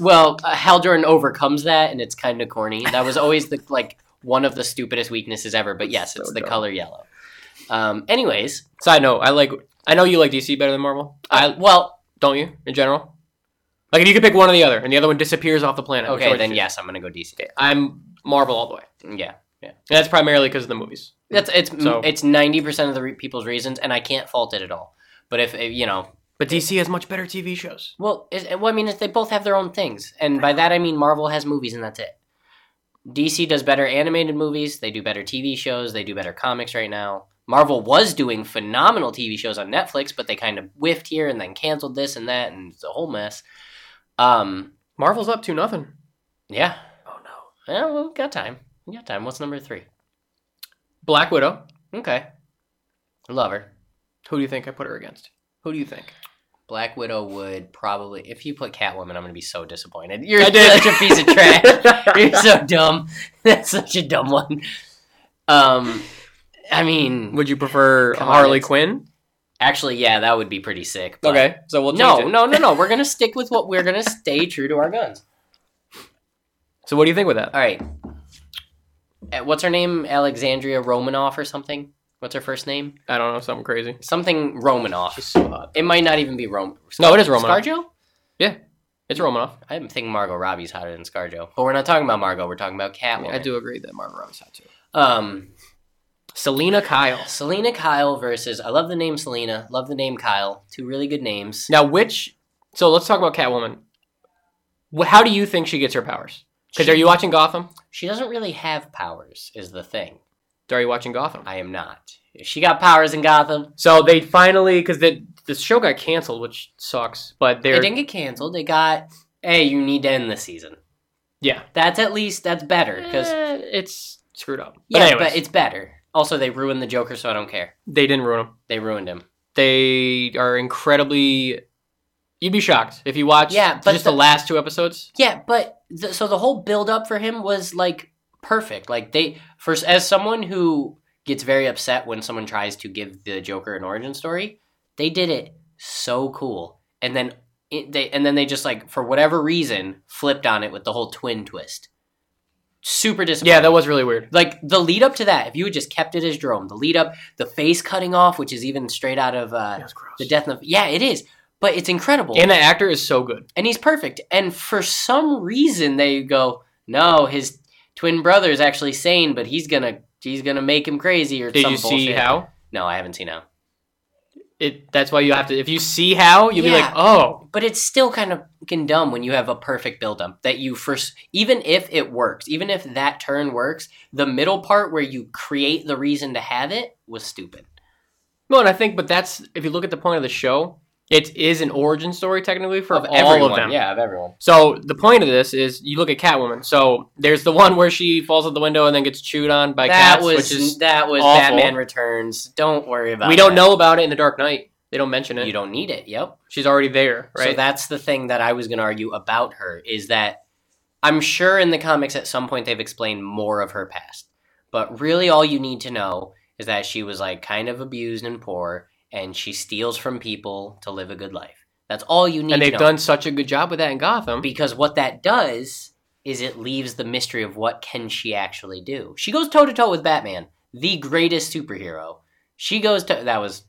Speaker 2: Well, uh, Hal Jordan overcomes that, and it's kind of corny. That was always the like one of the stupidest weaknesses ever. But yes,
Speaker 3: So
Speaker 2: it's the
Speaker 3: dumb.
Speaker 2: color yellow. Um. Anyways,
Speaker 3: Side note: I like. I know you like DC better than Marvel.
Speaker 2: I,
Speaker 3: I
Speaker 2: well,
Speaker 3: don't you in general. Like, if you could pick one or the other, and the other one disappears off the planet. which
Speaker 2: okay,
Speaker 3: one
Speaker 2: then
Speaker 3: would you
Speaker 2: yes, I'm gonna go DC.
Speaker 3: choose? I'm Marvel all the way.
Speaker 2: Yeah,
Speaker 3: And that's primarily because of the movies.
Speaker 2: that's it's
Speaker 3: So-
Speaker 2: it's ninety percent of the re- people's reasons, and I can't fault it at all. But if, if you know,
Speaker 3: But DC has much better TV shows.
Speaker 2: Well, is, well, I mean, it's, they both have their own things, and by that I mean Marvel has movies, and that's it. DC does better animated movies. They do better TV shows. They do better comics right now. Marvel was doing phenomenal TV shows on Netflix, but they kind of whiffed here and then canceled this and that, and it's a whole mess. Um,
Speaker 3: Marvel's up to nothing.
Speaker 2: yeah.
Speaker 3: Oh no.
Speaker 2: Well, we got time. We got time. What's number three?
Speaker 3: Black Widow.
Speaker 2: Okay. Love her.
Speaker 3: Who do you think I put her against? Who do you think?
Speaker 2: Black Widow would probably. If you put Catwoman, I'm going to be so disappointed. You're
Speaker 3: I did.
Speaker 2: such a piece of trash. You're so dumb. That's such a dumb one. Um, I mean,
Speaker 3: Would you prefer
Speaker 2: Come on,
Speaker 3: Harley
Speaker 2: it's-
Speaker 3: Quinn?
Speaker 2: actually, yeah, that would be pretty sick. but-
Speaker 3: Okay, so we'll change
Speaker 2: No,
Speaker 3: it.
Speaker 2: no, no, no. We're gonna stick with what we're gonna stay true to our guns.
Speaker 3: So what do you think with that?
Speaker 2: All right. Uh, What's her name? Alexandria Romanoff or something? What's her first name?
Speaker 3: I don't know, something crazy.
Speaker 2: Something Romanoff.
Speaker 3: She's so hot.
Speaker 2: It might not even be Rom.
Speaker 3: No, it is Romanoff.
Speaker 2: ScarJo?
Speaker 3: It's Romanoff.
Speaker 2: I think Margot Robbie's hotter than ScarJo, but we're not talking about Margot. We're talking about
Speaker 3: I,
Speaker 2: Catwoman.
Speaker 3: do agree that Margot Robbie's hot too.
Speaker 2: Um,
Speaker 3: Selena Kyle.
Speaker 2: Selena Kyle versus I love the name Selena, love the name Kyle. Two really good names.
Speaker 3: Now, which? So let's talk about Catwoman. Wh- How do you think she gets her powers? Because
Speaker 2: She-
Speaker 3: are you watching Gotham?
Speaker 2: She doesn't really have powers, is the thing.
Speaker 3: Are you watching Gotham?
Speaker 2: I am not. She got powers in Gotham.
Speaker 3: So they finally, because the the show got canceled, which sucks. But
Speaker 2: They
Speaker 3: they're
Speaker 2: didn't get canceled. They got, hey, you need to end the season.
Speaker 3: yeah,
Speaker 2: That's at least that's better because
Speaker 3: Eh, it's screwed up. But
Speaker 2: yeah,
Speaker 3: anyways,
Speaker 2: but it's better. Also, they ruined the Joker, so I don't care.
Speaker 3: they didn't ruin them.
Speaker 2: They ruined him.
Speaker 3: they are incredibly you'd be shocked if you watch
Speaker 2: Yeah, but
Speaker 3: just
Speaker 2: the-
Speaker 3: the, last two episodes
Speaker 2: Yeah, but th- so the whole build up for him was like perfect. Like they first as someone who gets very upset when someone tries to give the Joker an origin story, they did it so cool. And then it, they and then they just like for whatever reason flipped on it with the whole twin twist. Super disappointing.
Speaker 3: yeah that was really weird
Speaker 2: Like the lead up to that, if you had just kept it as Jerome, the lead up, the face cutting off, which is even straight out of uh,
Speaker 3: was gross
Speaker 2: the death of yeah, it is, but it's incredible
Speaker 3: and the actor is so good
Speaker 2: and he's perfect. And for some reason, they go, no, his twin brother is actually sane, but he's gonna he's gonna make him crazy or
Speaker 3: did
Speaker 2: some
Speaker 3: you see
Speaker 2: bullshit.
Speaker 3: how
Speaker 2: No, I haven't seen how.
Speaker 3: it that's why you have to if you see how you'll be
Speaker 2: Yeah.
Speaker 3: like oh
Speaker 2: But it's still kind of fucking dumb when you have a perfect buildup that you first, even if it works, even if that turn works, the middle part where you create the reason to have it was stupid.
Speaker 3: no and i think but that's if you look at the point of the show it is an origin story technically for all of them
Speaker 2: yeah, of everyone.
Speaker 3: so the point of this is you look at catwoman so there's the one where she falls out the window and then gets chewed on by
Speaker 2: that
Speaker 3: cats
Speaker 2: was
Speaker 3: which is
Speaker 2: that was
Speaker 3: awful.
Speaker 2: Batman Returns. Don't worry about.
Speaker 3: we don't
Speaker 2: that.
Speaker 3: know about it in the dark knight they don't mention it
Speaker 2: You don't need it. Yep.
Speaker 3: she's already there right
Speaker 2: So that's the thing that I was going to argue about her is that I'm sure in the comics at some point they've explained more of her past. But really all you need to know is that she was like kind of abused and poor and she steals from people to live a good life. That's all you need
Speaker 3: and
Speaker 2: to
Speaker 3: they've
Speaker 2: know.
Speaker 3: done such a good job with that in Gotham.
Speaker 2: because what that does is it leaves the mystery of what can she actually do. She goes toe to toe with Batman, the greatest superhero. She goes to that was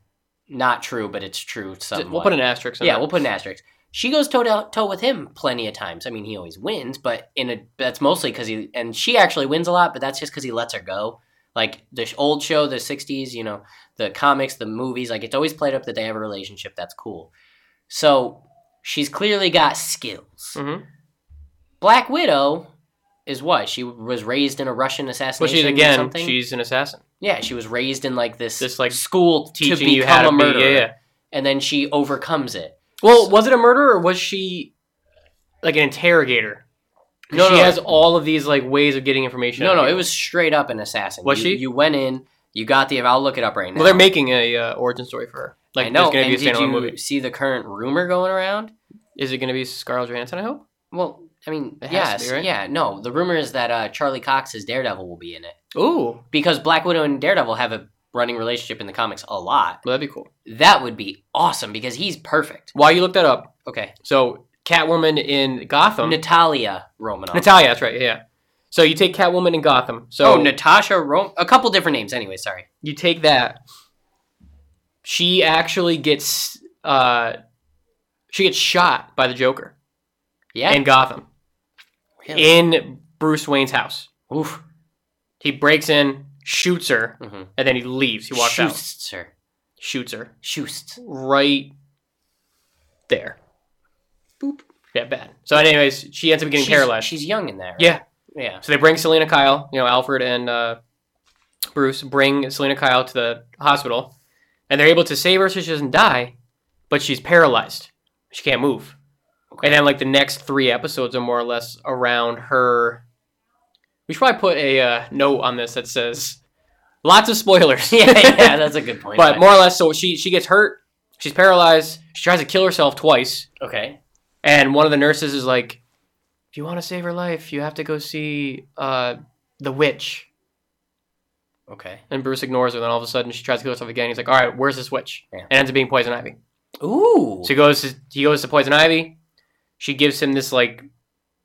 Speaker 2: not true, but it's true. Somewhat.
Speaker 3: We'll put an asterisk. on
Speaker 2: yeah,
Speaker 3: that.
Speaker 2: we'll put an asterisk. She goes toe to toe with him plenty of times. I mean, he always wins, but in a that's mostly because he and she actually wins a lot, but that's just because he lets her go. Like the sh- old show, the '60s, you know, the comics, the movies. Like it's always played up that they have a relationship. That's cool. So she's clearly got skills.
Speaker 3: Mhm.
Speaker 2: Black Widow is what she was raised in a Russian
Speaker 3: Well,
Speaker 2: assassination.
Speaker 3: she's
Speaker 2: or
Speaker 3: again.
Speaker 2: something.
Speaker 3: She's an assassin.
Speaker 2: yeah, she was raised in like this,
Speaker 3: This like
Speaker 2: school to
Speaker 3: Teaching
Speaker 2: become
Speaker 3: you how to
Speaker 2: a murderer,
Speaker 3: be. Yeah, yeah.
Speaker 2: and then she overcomes it.
Speaker 3: Well, was it a murder or was she like an interrogator? 'Cause
Speaker 2: No,
Speaker 3: she
Speaker 2: no.
Speaker 3: has all of these like ways of getting information. out
Speaker 2: No,
Speaker 3: of
Speaker 2: no, it
Speaker 3: people.
Speaker 2: was straight up an assassin.
Speaker 3: Was
Speaker 2: You-
Speaker 3: she?
Speaker 2: You went in, you got the. I'll look it up right now.
Speaker 3: Well, they're making a uh, origin story for her. Like,
Speaker 2: I know.
Speaker 3: there's going to
Speaker 2: and
Speaker 3: be a
Speaker 2: did
Speaker 3: standalone
Speaker 2: you
Speaker 3: movie.
Speaker 2: see the current rumor going around?
Speaker 3: Is it going to be Scarlett Johansson? I hope.
Speaker 2: Well, I mean,
Speaker 3: It has to
Speaker 2: yes,
Speaker 3: be, right?
Speaker 2: yeah, no. The rumor is that uh, Charlie Cox's Daredevil will be in it
Speaker 3: Ooh,
Speaker 2: because Black Widow and Daredevil have a running relationship in the comics a lot.
Speaker 3: well, that'd be cool.
Speaker 2: That would be awesome because he's perfect.
Speaker 3: While you look that up,
Speaker 2: Okay,
Speaker 3: so Catwoman in Gotham.
Speaker 2: Natalia Romanoff.
Speaker 3: Natalia, that's right. Yeah. So you take Catwoman in Gotham. So
Speaker 2: oh, Natasha Rom. A couple different names, anyway. Sorry.
Speaker 3: you take that. She actually gets uh, she gets shot by the Joker
Speaker 2: Yeah.
Speaker 3: in Gotham
Speaker 2: Really?
Speaker 3: in Bruce Wayne's house.
Speaker 2: Oof.
Speaker 3: He breaks in, shoots her,
Speaker 2: Mm-hmm.
Speaker 3: and then he leaves. He walks out,
Speaker 2: Shoosts her.
Speaker 3: shoots her
Speaker 2: Shoosts.
Speaker 3: right there. Boop. Yeah, bad. So, anyways, she ends up getting
Speaker 2: She's-
Speaker 3: paralyzed.
Speaker 2: She's young in that. Right?
Speaker 3: Yeah.
Speaker 2: Yeah.
Speaker 3: So they bring Selena Kyle, you know, Alfred and uh, Bruce bring Selena Kyle to the hospital, and they're able to save her so she doesn't die, but she's paralyzed. She can't move.
Speaker 2: Okay.
Speaker 3: And then, like, the next three episodes are more or less around her. We should probably put a uh, note on this that says lots of spoilers.
Speaker 2: yeah, yeah, that's a good point.
Speaker 3: but more or less, so she, she gets hurt, she's paralyzed, she tries to kill herself twice,
Speaker 2: okay,
Speaker 3: and one of the nurses is like, if you want to save her life, you have to go see uh, the witch.
Speaker 2: okay.
Speaker 3: And Bruce ignores her. Then all of a sudden, she tries to kill herself again. He's like, "All right, where's this witch?"
Speaker 2: Yeah.
Speaker 3: And ends up being Poison Ivy.
Speaker 2: Ooh,
Speaker 3: So he goes. To, he goes to Poison Ivy. She gives him this like,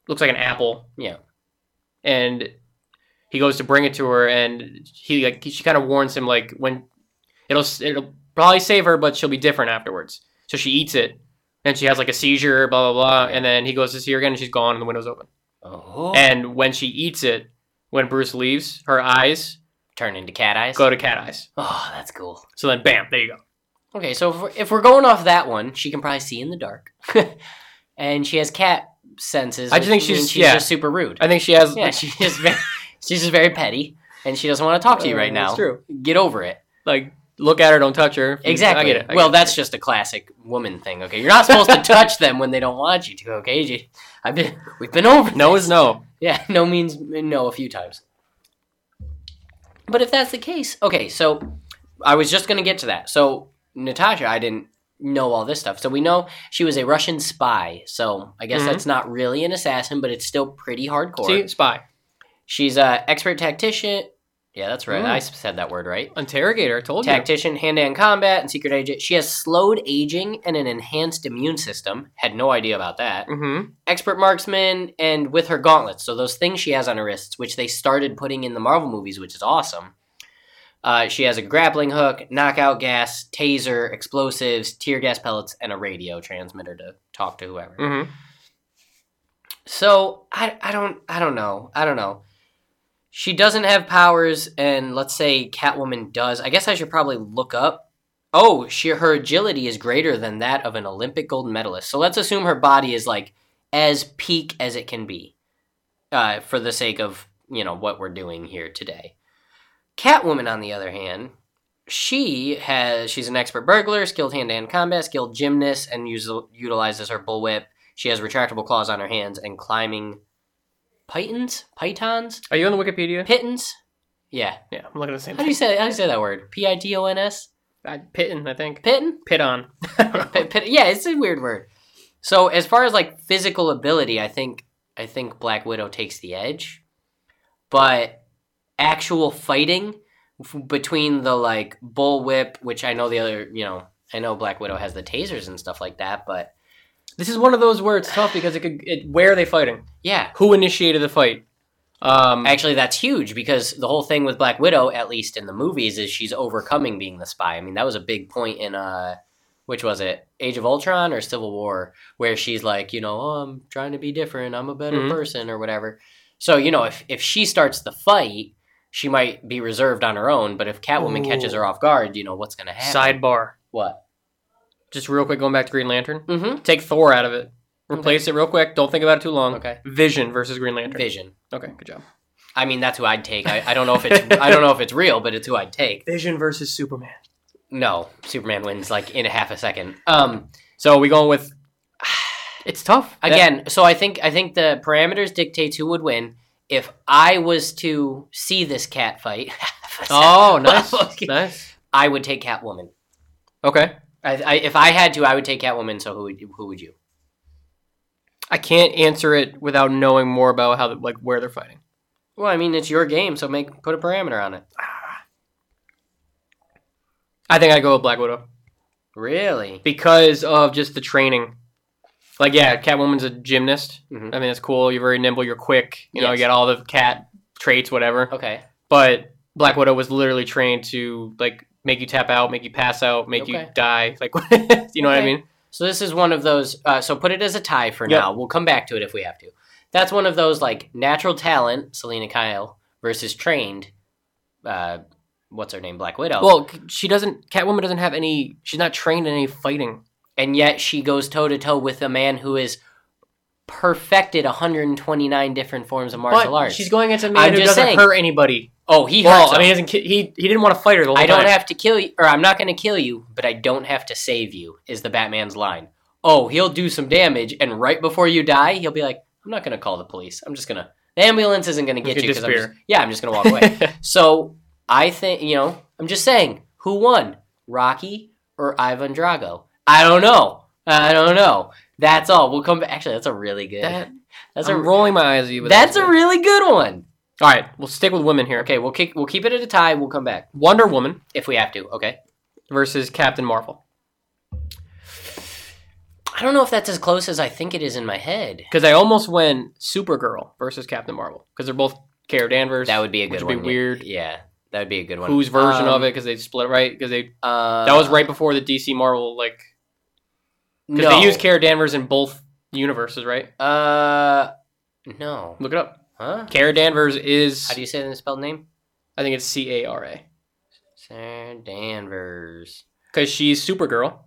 Speaker 3: looks like an apple.
Speaker 2: Yeah.
Speaker 3: And he goes to bring it to her, and he like she kind of warns him like when it'll it'll probably save her, but she'll be different afterwards. So she eats it, and she has like a seizure, blah blah blah. And then he goes to see her again, and she's gone, and the window's open.
Speaker 2: oh.
Speaker 3: And when she eats it, when Bruce leaves, her eyes
Speaker 2: turn into cat eyes.
Speaker 3: go to cat eyes.
Speaker 2: Oh, that's cool.
Speaker 3: So then, bam, there you go.
Speaker 2: Okay, so if we're, if we're going off that one, she can probably see in the dark, and she has cat senses.
Speaker 3: I just
Speaker 2: which
Speaker 3: think she's-
Speaker 2: means
Speaker 3: yeah.
Speaker 2: just super rude.
Speaker 3: I think she has.
Speaker 2: yeah, she's just very, she's just very petty, and she doesn't want to talk to you right now.
Speaker 3: Uh, That's true.
Speaker 2: Get over it.
Speaker 3: Like, look at her, don't touch her.
Speaker 2: Exactly.
Speaker 3: I get it. I
Speaker 2: well,
Speaker 3: get
Speaker 2: that's just a classic woman thing. Okay, you're not supposed to touch them when they don't want you to. Okay, You- I've been we've been over
Speaker 3: it. no is no.
Speaker 2: Yeah, no means no a few times. But if that's the case, okay, so I was just going to get to that. So, Natasha, I didn't know all this stuff. So, we know she was a Russian spy. So, I guess
Speaker 3: Mhm.
Speaker 2: that's not really an assassin, but it's still pretty hardcore.
Speaker 3: See, spy,
Speaker 2: She's a expert tactician. Yeah, that's right.
Speaker 3: Mm.
Speaker 2: I said that word right.
Speaker 3: interrogator. I told
Speaker 2: Tactician, hand to hand combat, and secret agent. She has slowed aging and an enhanced immune system. Had no idea about that
Speaker 3: you. Mm-hmm.
Speaker 2: expert marksman and with her gauntlets so those things she has on her wrists which they started putting in the marvel movies which is awesome uh, she has a grappling hook knockout gas taser explosives tear gas pellets and a radio transmitter to talk to whoever
Speaker 3: Mm-hmm.
Speaker 2: so I, I don't i don't know i don't know she doesn't have powers and let's say catwoman does i guess i should probably look up oh she her agility is greater than that of an olympic gold medalist so let's assume her body is like as peak as it can be uh, for the sake of you know what we're doing here today catwoman on the other hand she has she's an expert burglar skilled hand-to-hand combat skilled gymnast and uses, utilizes her bullwhip she has retractable claws on her hands and climbing pythons pythons
Speaker 3: Are you on the Wikipedia?
Speaker 2: pittons yeah
Speaker 3: Yeah, I'm looking at the same
Speaker 2: how do you
Speaker 3: thing.
Speaker 2: say how do you say that word p-i-t-o-n-s
Speaker 3: I, Pittin, I think.
Speaker 2: pitton
Speaker 3: Pit on.
Speaker 2: P- pit- yeah, it's a weird word. So as far as like physical ability, I think I think Black Widow takes the edge, but actual fighting f- between the like bullwhip, which I know the other, you know, I know Black Widow has the tasers and stuff like that, but
Speaker 3: This is one of those where it's tough because it could. It, where are they fighting?
Speaker 2: Yeah.
Speaker 3: Who initiated the fight? Um,
Speaker 2: Actually, that's huge because the whole thing with Black Widow, at least in the movies, is she's overcoming being the spy. I mean, that was a big point in uh, which was it, Age of Ultron or Civil War, where she's like, you know, oh, I'm trying to be different, I'm a better
Speaker 3: Mhm.
Speaker 2: person or whatever. So you know, if if she starts the fight, she might be reserved on her own. But if Catwoman
Speaker 3: Ooh.
Speaker 2: catches her off guard, you know what's going to happen.
Speaker 3: sidebar.
Speaker 2: what?
Speaker 3: Just real quick, going back to Green Lantern.
Speaker 2: Mm-hmm.
Speaker 3: Take Thor out of it. Replace it real quick. Don't think about it too long.
Speaker 2: Okay.
Speaker 3: Vision versus Green Lantern.
Speaker 2: Vision.
Speaker 3: Okay, good job.
Speaker 2: I mean, that's who I'd take. I, I don't know if it's I don't know if it's real, but it's who I'd take.
Speaker 3: Vision versus Superman.
Speaker 2: No, Superman wins like in a half a second. Um.
Speaker 3: So we going with. It's tough
Speaker 2: again so i think i think the parameters dictates who would win if i was to see this cat fight
Speaker 3: oh, nice,
Speaker 2: Okay.
Speaker 3: nice.
Speaker 2: i would take catwoman
Speaker 3: Okay.
Speaker 2: I, I, if i had to i would take catwoman so who would, who would you
Speaker 3: I can't answer it without knowing more about how, like, where they're fighting.
Speaker 2: well i mean it's your game so make put a parameter on it
Speaker 3: I think I go with Black Widow
Speaker 2: really
Speaker 3: because of just the training. Like, yeah, Catwoman's a gymnast.
Speaker 2: Mhm.
Speaker 3: I mean, that's cool. You're very nimble. You're quick. You know, you
Speaker 2: Yes.
Speaker 3: get all the cat traits, whatever.
Speaker 2: okay
Speaker 3: But Black Widow was literally trained to like make you tap out, make you pass out, make you
Speaker 2: Okay.
Speaker 3: die. Like, you know what I
Speaker 2: Okay.
Speaker 3: mean?
Speaker 2: so this is one of those uh, so put it as a tie for
Speaker 3: Yep.
Speaker 2: now we'll come back to it if we have to that's one of those like natural talent selena kyle versus trained uh, what's her name black widow
Speaker 3: Well, c- she doesn't. Catwoman doesn't have any. She's not trained in any fighting.
Speaker 2: and yet she goes toe to toe with a man who has perfected 129 different forms of martial
Speaker 3: but
Speaker 2: arts.
Speaker 3: she's going against a
Speaker 2: I'm
Speaker 3: man who
Speaker 2: just
Speaker 3: doesn't
Speaker 2: saying.
Speaker 3: hurt anybody.
Speaker 2: oh, he
Speaker 3: well,
Speaker 2: hurts.
Speaker 3: I
Speaker 2: him.
Speaker 3: mean, he doesn't. ki- He he didn't want to fight her. The whole
Speaker 2: I don't
Speaker 3: time.
Speaker 2: have to kill you, or I'm not going to kill you, but I don't have to save you. Is the Batman's line? Oh, he'll do some damage, and right before you die, he'll be like, "I'm not going to call the police. I'm just going to the ambulance isn't going to get
Speaker 3: could
Speaker 2: you 'cause I'm just-
Speaker 3: disappear."
Speaker 2: yeah, I'm just going to walk away." so I think you know, I'm just saying, who won, Rocky or Ivan Drago? I don't know. I don't know. That's all. We'll come back. Actually, that's a really good.
Speaker 3: That-
Speaker 2: that's
Speaker 3: I'm
Speaker 2: a
Speaker 3: rolling my eyes at you. but
Speaker 2: that's a really good one.
Speaker 3: good. all right. We'll stick with women here. Okay,
Speaker 2: Okay, we'll kick we'll keep it at a tie. We'll come back
Speaker 3: Wonder Woman
Speaker 2: if we have to. Okay.
Speaker 3: versus Captain Marvel
Speaker 2: I don't know if that's as close as I think it is in my head.
Speaker 3: because I almost went Supergirl versus Captain Marvel because they're both Kara Danvers.
Speaker 2: That would be a good
Speaker 3: Which would
Speaker 2: one.
Speaker 3: be weird.
Speaker 2: Yeah, that would be a good one.
Speaker 3: whose version
Speaker 2: Um,
Speaker 3: of it because they split right because they
Speaker 2: Uh,
Speaker 3: that was right before the DC Marvel like because
Speaker 2: no.
Speaker 3: they use Kara Danvers in both universes, right?
Speaker 2: Uh, no.
Speaker 3: Look it up.
Speaker 2: Huh?
Speaker 3: Kara Danvers is
Speaker 2: How do you say the spelled name?
Speaker 3: I think it's C A R A
Speaker 2: Sarah Danvers.
Speaker 3: because she's Supergirl.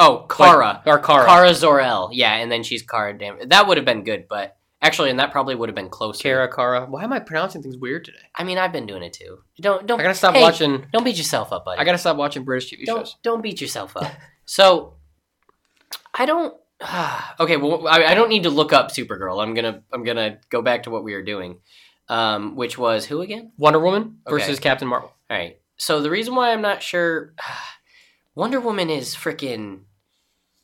Speaker 2: Oh, Kara.
Speaker 3: But- or Kara.
Speaker 2: Kara Zor-El. Yeah, and then she's Kara Danvers. That would have been good, but actually, and that probably would have been closer.
Speaker 3: Kara Kara. Why am I pronouncing things weird today?
Speaker 2: I mean, I've been doing it too. Don't
Speaker 3: I
Speaker 2: don't
Speaker 3: gotta stop
Speaker 2: Hey.
Speaker 3: watching.
Speaker 2: don't beat yourself up, buddy.
Speaker 3: I gotta stop watching British TV
Speaker 2: don't
Speaker 3: shows.
Speaker 2: don't beat yourself up. so I don't. okay, well, I, I don't need to look up Supergirl. I'm gonna I'm gonna go back to what we were doing, um, which was who again?
Speaker 3: Wonder Woman
Speaker 2: Okay.
Speaker 3: versus Captain Marvel.
Speaker 2: All right. So the reason why I'm not sure, Wonder Woman is freaking.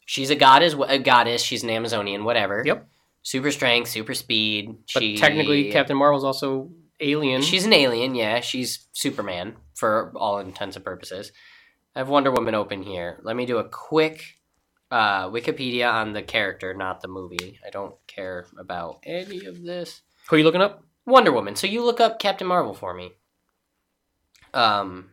Speaker 2: She's a goddess. A goddess. She's an Amazonian. Whatever.
Speaker 3: Yep.
Speaker 2: Super strength, super speed.
Speaker 3: But
Speaker 2: she,
Speaker 3: technically, Captain Marvel's also alien.
Speaker 2: She's an alien, yeah. She's Superman for all intents and purposes. I have Wonder Woman open here. Let me do a quick uh, Wikipedia on the character, not the movie. I don't care about any of this.
Speaker 3: Who are you looking up?
Speaker 2: Wonder Woman. So you look up Captain Marvel for me. Um.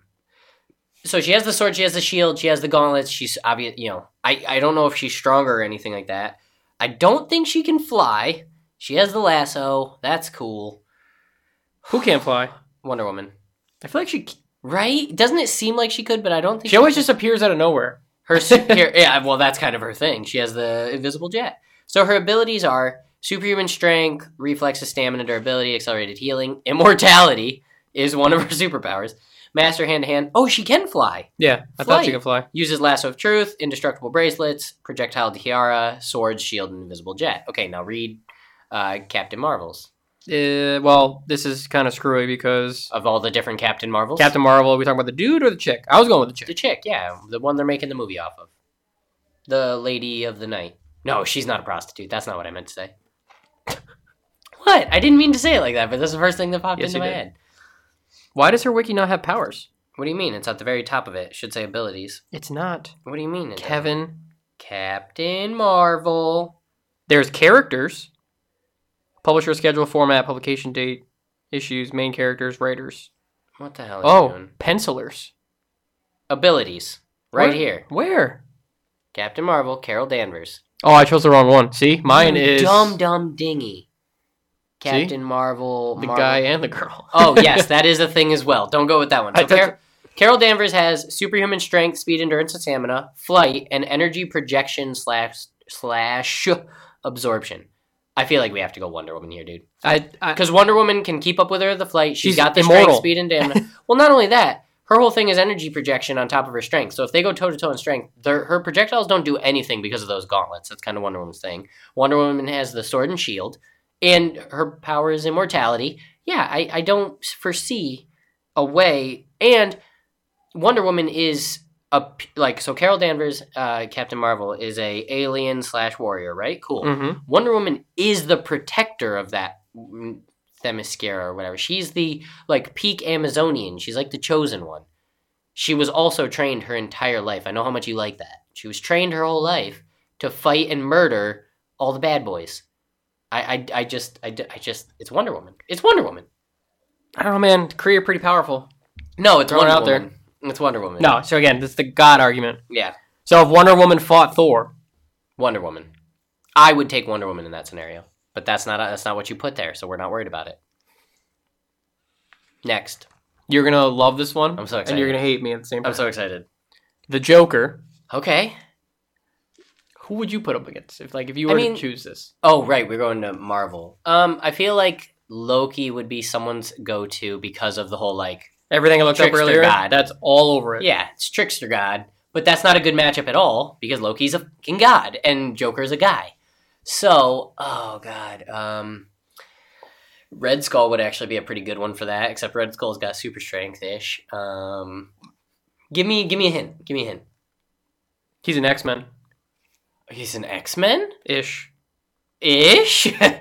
Speaker 2: So she has the sword, she has the shield, she has the gauntlets. She's obvious, you know. I I don't know if she's stronger or anything like that. I don't think she can fly. She has the lasso. That's cool.
Speaker 3: Who can't fly?
Speaker 2: Wonder Woman.
Speaker 3: I feel like she
Speaker 2: Right? Doesn't it seem like she could? But I don't think
Speaker 3: she always just appears out of nowhere.
Speaker 2: her super. yeah, well, that's kind of her thing. She has the invisible jet. So her abilities are superhuman strength, reflexes, stamina, durability, accelerated healing, immortality is one of her superpowers. Master hand to hand. Oh, she can fly.
Speaker 3: Yeah, I thought she
Speaker 2: Flight.
Speaker 3: could fly.
Speaker 2: Uses lasso of truth, indestructible bracelets, projectile tiara, swords, shield, and invisible jet. Okay, now read uh, Captain Marvels.
Speaker 3: Uh, well, this is kind of screwy because
Speaker 2: Of all the different Captain Marvels,
Speaker 3: Captain Marvel. Are we talking about the dude or the chick? I was going with the
Speaker 2: The
Speaker 3: chick.
Speaker 2: chick, yeah, the one they're making the movie off of. The lady of the night. No, she's not a prostitute. That's not what I meant to say. what? I didn't mean to say it like that, but that's the first thing that popped
Speaker 3: Yes,
Speaker 2: into
Speaker 3: you
Speaker 2: my
Speaker 3: did.
Speaker 2: head.
Speaker 3: Why does her wiki not have powers?
Speaker 2: What do you mean? It's at the very top of it. It should say abilities.
Speaker 3: It's not
Speaker 2: What do you mean? it doesn't?
Speaker 3: Kevin
Speaker 2: Captain Marvel.
Speaker 3: There's characters, publisher schedule, format, publication date, issues, main characters, writers.
Speaker 2: What the hell is oh.
Speaker 3: Oh, pencilers.
Speaker 2: Abilities. Right
Speaker 3: What?
Speaker 2: here.
Speaker 3: Where?
Speaker 2: Captain Marvel, Carol Danvers.
Speaker 3: Oh, I chose the wrong one. See, mine
Speaker 2: You
Speaker 3: is
Speaker 2: Dumb Dumb Dingy. Captain Marvel.
Speaker 3: the
Speaker 2: Marvel-
Speaker 3: guy and the girl.
Speaker 2: oh, yes, that is a thing as well. Don't go with that one.
Speaker 3: I
Speaker 2: So Car- Carol Danvers has superhuman strength, speed, endurance, and stamina, flight, and energy projection slash slash absorption. I feel like we have to go Wonder Woman here, dude.
Speaker 3: I, I
Speaker 2: Because Wonder Woman can keep up with her the flight.
Speaker 3: She's
Speaker 2: She's got the
Speaker 3: immortal.
Speaker 2: strength, speed, and damn. well, not only that, her whole thing is energy projection on top of her strength. So if they go toe to toe in strength, their, her projectiles don't do anything because of those gauntlets. That's kind of Wonder Woman's thing. Wonder Woman has the sword and shield, and her power is immortality. Yeah, I, I don't foresee a way. And Wonder Woman is a p- like so. Carol Danvers, uh, Captain Marvel, is a alien slash warrior, right? Cool.
Speaker 3: mhm.
Speaker 2: Wonder Woman is the protector of that mm, Themyscira or whatever. She's the like peak Amazonian. She's like the chosen one. She was also trained her entire life. I know how much you like that. She was trained her whole life to fight and murder all the bad boys. I, I, I just I, d- I just it's Wonder Woman. It's Wonder Woman.
Speaker 3: I don't know, man. Kree are pretty powerful.
Speaker 2: No, it's
Speaker 3: Throw it
Speaker 2: Wonder
Speaker 3: out there.
Speaker 2: Woman. It's Wonder Woman.
Speaker 3: No, so again, this is the God argument.
Speaker 2: yeah,
Speaker 3: So if Wonder Woman fought Thor,
Speaker 2: Wonder Woman. I would take Wonder Woman in that scenario, but that's not that's not what you put there, so we're not worried about it. Next.
Speaker 3: you're gonna love this one.
Speaker 2: I'm so
Speaker 3: And you're
Speaker 2: excited.
Speaker 3: gonna hate me at the same time.
Speaker 2: I'm so excited.
Speaker 3: the Joker.
Speaker 2: Okay.
Speaker 3: Who would you put up against if, like, if you were
Speaker 2: mean-
Speaker 3: to choose this?
Speaker 2: Oh, right. We're going to Marvel. Um, I feel like Loki would be someone's go-to because of the whole like,
Speaker 3: Everything I looked
Speaker 2: Trickster
Speaker 3: up earlier,
Speaker 2: God.
Speaker 3: that's all over it.
Speaker 2: yeah, it's trickster god, but that's not a good matchup at all because Loki's a fucking god and Joker's a guy. So, oh god, um, Red Skull would actually be a pretty good one for that. Except Red Skull's got super strength ish. Um, give me, give me a hint. Give me a hint.
Speaker 3: He's an X Men
Speaker 2: He's an X Men.
Speaker 3: ish.
Speaker 2: ish. uh,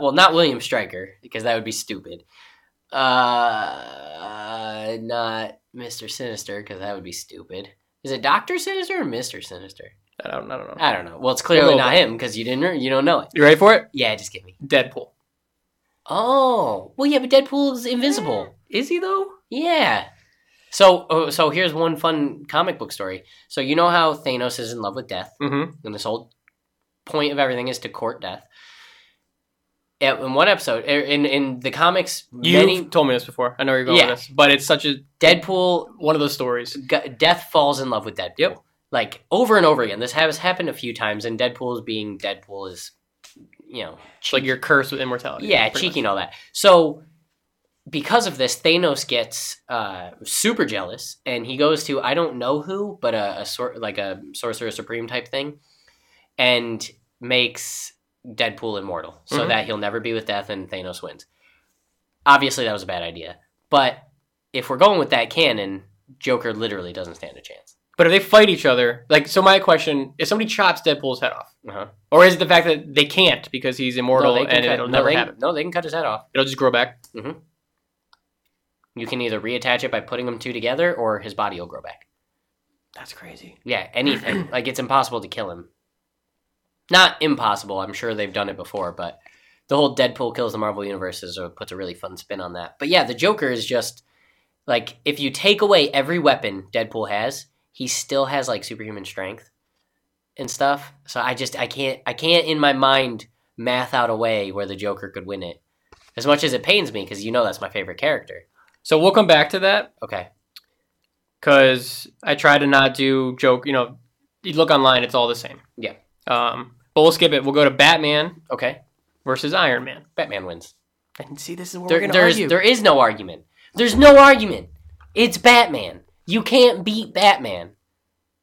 Speaker 2: well, not William Stryker because that would be stupid. Uh, not Mister Sinister because that would be stupid. Is it Doctor Sinister or Mister Sinister?
Speaker 3: I don't, I don't know.
Speaker 2: I don't know. Well, it's clearly
Speaker 3: Well,
Speaker 2: not him because you didn't you don't know it.
Speaker 3: You ready for it?
Speaker 2: Yeah, just give me.
Speaker 3: Deadpool.
Speaker 2: Oh, well, yeah, but Deadpool's invisible.
Speaker 3: Is he though?
Speaker 2: Yeah. So, oh, so here's one fun comic book story. So you know how Thanos is in love with death.
Speaker 3: Mm-hmm.
Speaker 2: and this whole point of everything is to court death. Yeah, In one episode, er, in in the comics,
Speaker 3: You
Speaker 2: many
Speaker 3: told me this before. I know where you're going
Speaker 2: Yeah.
Speaker 3: with this, but it's such a
Speaker 2: Deadpool
Speaker 3: one of those stories.
Speaker 2: g- death falls in love with Deadpool.
Speaker 3: Yep.
Speaker 2: Like over and over again, this has happened a few times, and Deadpool is being Deadpool is, you know,
Speaker 3: It's like you're cursed with immortality.
Speaker 2: yeah,
Speaker 3: pretty
Speaker 2: cheeky
Speaker 3: much.
Speaker 2: and all that. So because of this, Thanos gets uh, super jealous, and he goes to I don't know who, but a, a sor- like a sorcerer supreme type thing, and makes Deadpool immortal, so
Speaker 3: Mhm.
Speaker 2: that he'll never be with death, and Thanos wins. Obviously, that was a bad idea, but if we're going with that canon, Joker literally doesn't stand a chance.
Speaker 3: But if they fight each other, like, so my question: If somebody chops Deadpool's head off,
Speaker 2: Uh-huh.
Speaker 3: or is it the fact that they can't because he's immortal
Speaker 2: no, they can
Speaker 3: and
Speaker 2: cut,
Speaker 3: it'll
Speaker 2: no,
Speaker 3: never
Speaker 2: they-
Speaker 3: happen?
Speaker 2: no, they can cut his head off.
Speaker 3: It'll just grow back.
Speaker 2: You can either reattach it by putting them two together, or his body will grow back.
Speaker 3: That's crazy.
Speaker 2: Yeah, anything. like it's impossible to kill him. Not impossible. I'm sure they've done it before, but the whole Deadpool kills the Marvel universe is, uh, puts a really fun spin on that. But yeah, the Joker is just like if you take away every weapon Deadpool has, he still has like superhuman strength and stuff. So I just I can't I can't in my mind math out a way where the Joker could win it. As much as it pains me because you know that's my favorite character.
Speaker 3: So we'll come back to that
Speaker 2: Okay.
Speaker 3: because I try to not do joke. You know, you look online; it's all the same.
Speaker 2: Yeah.
Speaker 3: Um, but we'll skip it. We'll go to Batman
Speaker 2: Okay.
Speaker 3: versus Iron Man.
Speaker 2: Batman wins.
Speaker 3: And see, this is where
Speaker 2: There- there's there is no argument. There's no argument. It's Batman. You can't beat Batman.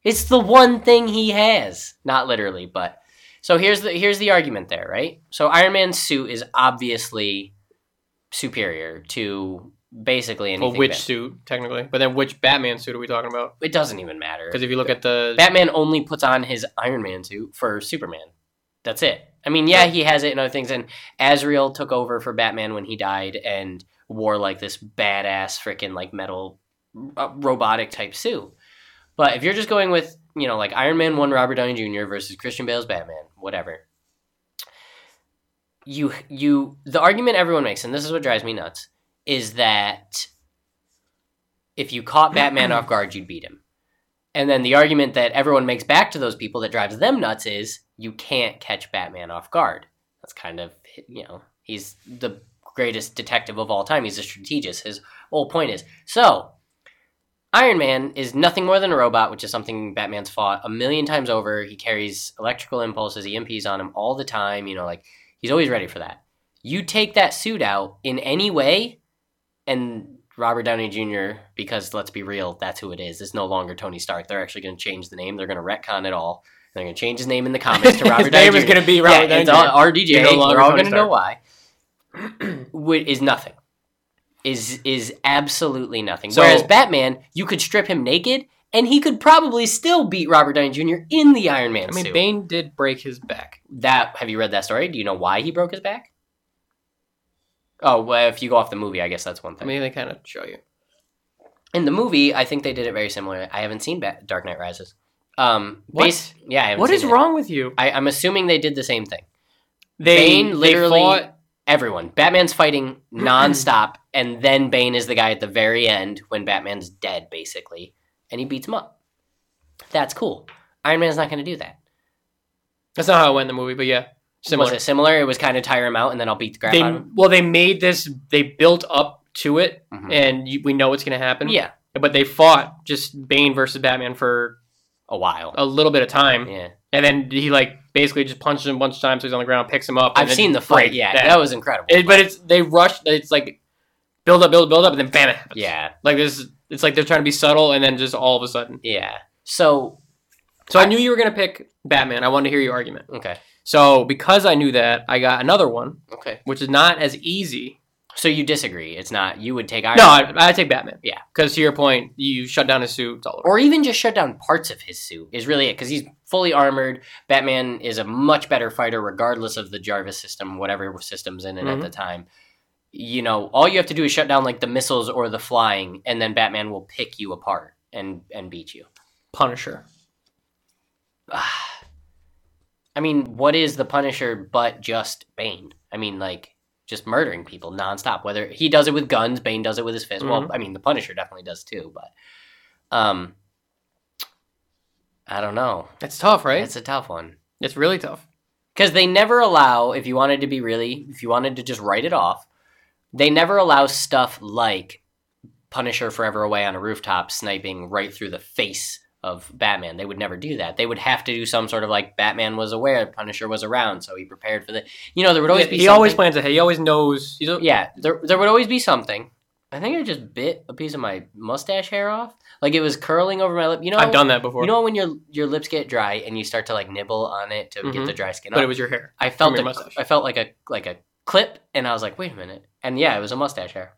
Speaker 2: It's the one thing he has. Not literally, but so here's the here's the argument there, right? So Iron Man's suit is obviously superior to basically anything.
Speaker 3: well, which
Speaker 2: Bat-
Speaker 3: suit technically? But then, which Batman suit are we talking about?
Speaker 2: it doesn't even matter.
Speaker 3: Because if you look at the
Speaker 2: Batman only puts on his Iron Man suit for Superman. That's it. I mean, yeah, he has it in other things, and Azrael took over for Batman when he died and wore like this badass freaking like metal uh, robotic type suit. But if you're just going with you know, like Iron Man 1 Robert Downey Jr. versus Christian Bale's Batman, whatever. You you the argument everyone makes, and this is what drives me nuts, is that if you caught Batman off guard, you'd beat him. And then the argument that everyone makes back to those people that drives them nuts is you can't catch Batman off guard. That's kind of you know, he's the greatest detective of all time. He's a strategist. His whole point is so Iron Man is nothing more than a robot, which is something Batman's fought a million times over. He carries electrical impulses, EMPs on him all the time. You know, like he's always ready for that. You take that suit out in any way, and Robert Downey Jr., because let's be real, that's who it is. It's no longer Tony Stark. They're actually going to change the name. They're going to retcon it all. They're going to change his name in the comics to Robert
Speaker 3: His
Speaker 2: Downey
Speaker 3: name
Speaker 2: Jr.
Speaker 3: is going to be
Speaker 2: Yeah,
Speaker 3: Robert Downey
Speaker 2: it's
Speaker 3: Jr.
Speaker 2: all RDJ.
Speaker 3: You're no longer
Speaker 2: We're all
Speaker 3: Tony
Speaker 2: going to know why. Wh- is nothing. Is is absolutely nothing.
Speaker 3: So-
Speaker 2: Whereas Batman, you could strip him naked, and he could probably still beat Robert Downey Jr. in the Iron Man
Speaker 3: I mean,
Speaker 2: suit.
Speaker 3: Bane did break his back.
Speaker 2: that have you read that story? Do you know why he broke his back? Oh, well, if you go off the movie, I guess that's one
Speaker 3: I
Speaker 2: thing.
Speaker 3: mean, they kind of show you.
Speaker 2: in the movie, I think they did it very similar. I haven't seen Bat- Dark Knight Rises. Um,
Speaker 3: What?
Speaker 2: base- yeah, I haven't
Speaker 3: What
Speaker 2: seen
Speaker 3: is
Speaker 2: it.
Speaker 3: wrong with you?
Speaker 2: I, I'm assuming they did the same thing.
Speaker 3: They
Speaker 2: Bane
Speaker 3: they
Speaker 2: literally-
Speaker 3: fought-
Speaker 2: everyone. Batman's fighting nonstop, and then Bane is the guy at the very end when Batman's dead, basically, and he beats him up. That's cool. Iron Man's not going to do that.
Speaker 3: that's not how it went in the movie, but yeah, similar.
Speaker 2: Was it similar? It was kind of tire him out, and then I'll beat the crap
Speaker 3: they
Speaker 2: out of him.
Speaker 3: well, they made this. They built up to it,
Speaker 2: Mhm.
Speaker 3: and you, we know what's going to happen.
Speaker 2: Yeah,
Speaker 3: but they fought just Bane versus Batman for
Speaker 2: a while.
Speaker 3: a little bit of time,
Speaker 2: Yeah,
Speaker 3: Um, and then he like basically just punches him a bunch of times, so he's on the ground, picks him up. and
Speaker 2: I've
Speaker 3: then
Speaker 2: seen the
Speaker 3: just
Speaker 2: fight.
Speaker 3: break
Speaker 2: Yeah,
Speaker 3: that.
Speaker 2: that was incredible.
Speaker 3: It- but it's they rush. It's like build up, build up, build up, and then bam, it happens.
Speaker 2: yeah,
Speaker 3: like this. It's like they're trying to be subtle, and then just all of a sudden.
Speaker 2: yeah. So
Speaker 3: So I knew you were gonna pick Batman. I wanted to hear your argument.
Speaker 2: okay,
Speaker 3: So because I knew that, I got another one,
Speaker 2: okay.
Speaker 3: which is not as easy.
Speaker 2: So you disagree? It's not you would take Iron.
Speaker 3: No,
Speaker 2: Man.
Speaker 3: I, I take Batman.
Speaker 2: Yeah.
Speaker 3: because to your point, you shut down his suit. It's all over.
Speaker 2: or even just shut down parts of his suit is really it because he's fully armored. Batman is a much better fighter, regardless of the Jarvis system, whatever system's in it at
Speaker 3: Mhm.
Speaker 2: the time. You know, all you have to do is shut down like the missiles or the flying, and then Batman will pick you apart and and beat you.
Speaker 3: Punisher.
Speaker 2: I mean, what is the Punisher but just Bane? I mean, like just murdering people nonstop. Whether he does it with guns, Bane does it with his fist. Well, I mean, the Punisher definitely does too, but um, I don't know.
Speaker 3: That's tough, right?
Speaker 2: It's a tough one.
Speaker 3: it's really tough.
Speaker 2: because they never allow if you wanted to be really if you wanted to just write it off they never allow stuff like punisher forever away on a rooftop sniping right through the face of batman they would never do that they would have to do some sort of like batman was aware punisher was around so he prepared for the you know there would always
Speaker 3: Yeah,
Speaker 2: be
Speaker 3: he always
Speaker 2: something-
Speaker 3: plans ahead. He always knows. He's a,
Speaker 2: yeah there, there would always be something i think i just bit a piece of my mustache hair off like it was curling over my lip you know
Speaker 3: I've done that before.
Speaker 2: you know when your your lips get dry and you start to like nibble on it to get
Speaker 3: Mhm.
Speaker 2: the dry skin off
Speaker 3: but it was your hair.
Speaker 2: I felt
Speaker 3: From
Speaker 2: a,
Speaker 3: your mustache.
Speaker 2: I felt like a like a clip, and I was like, wait a minute, and yeah, it was a mustache hair,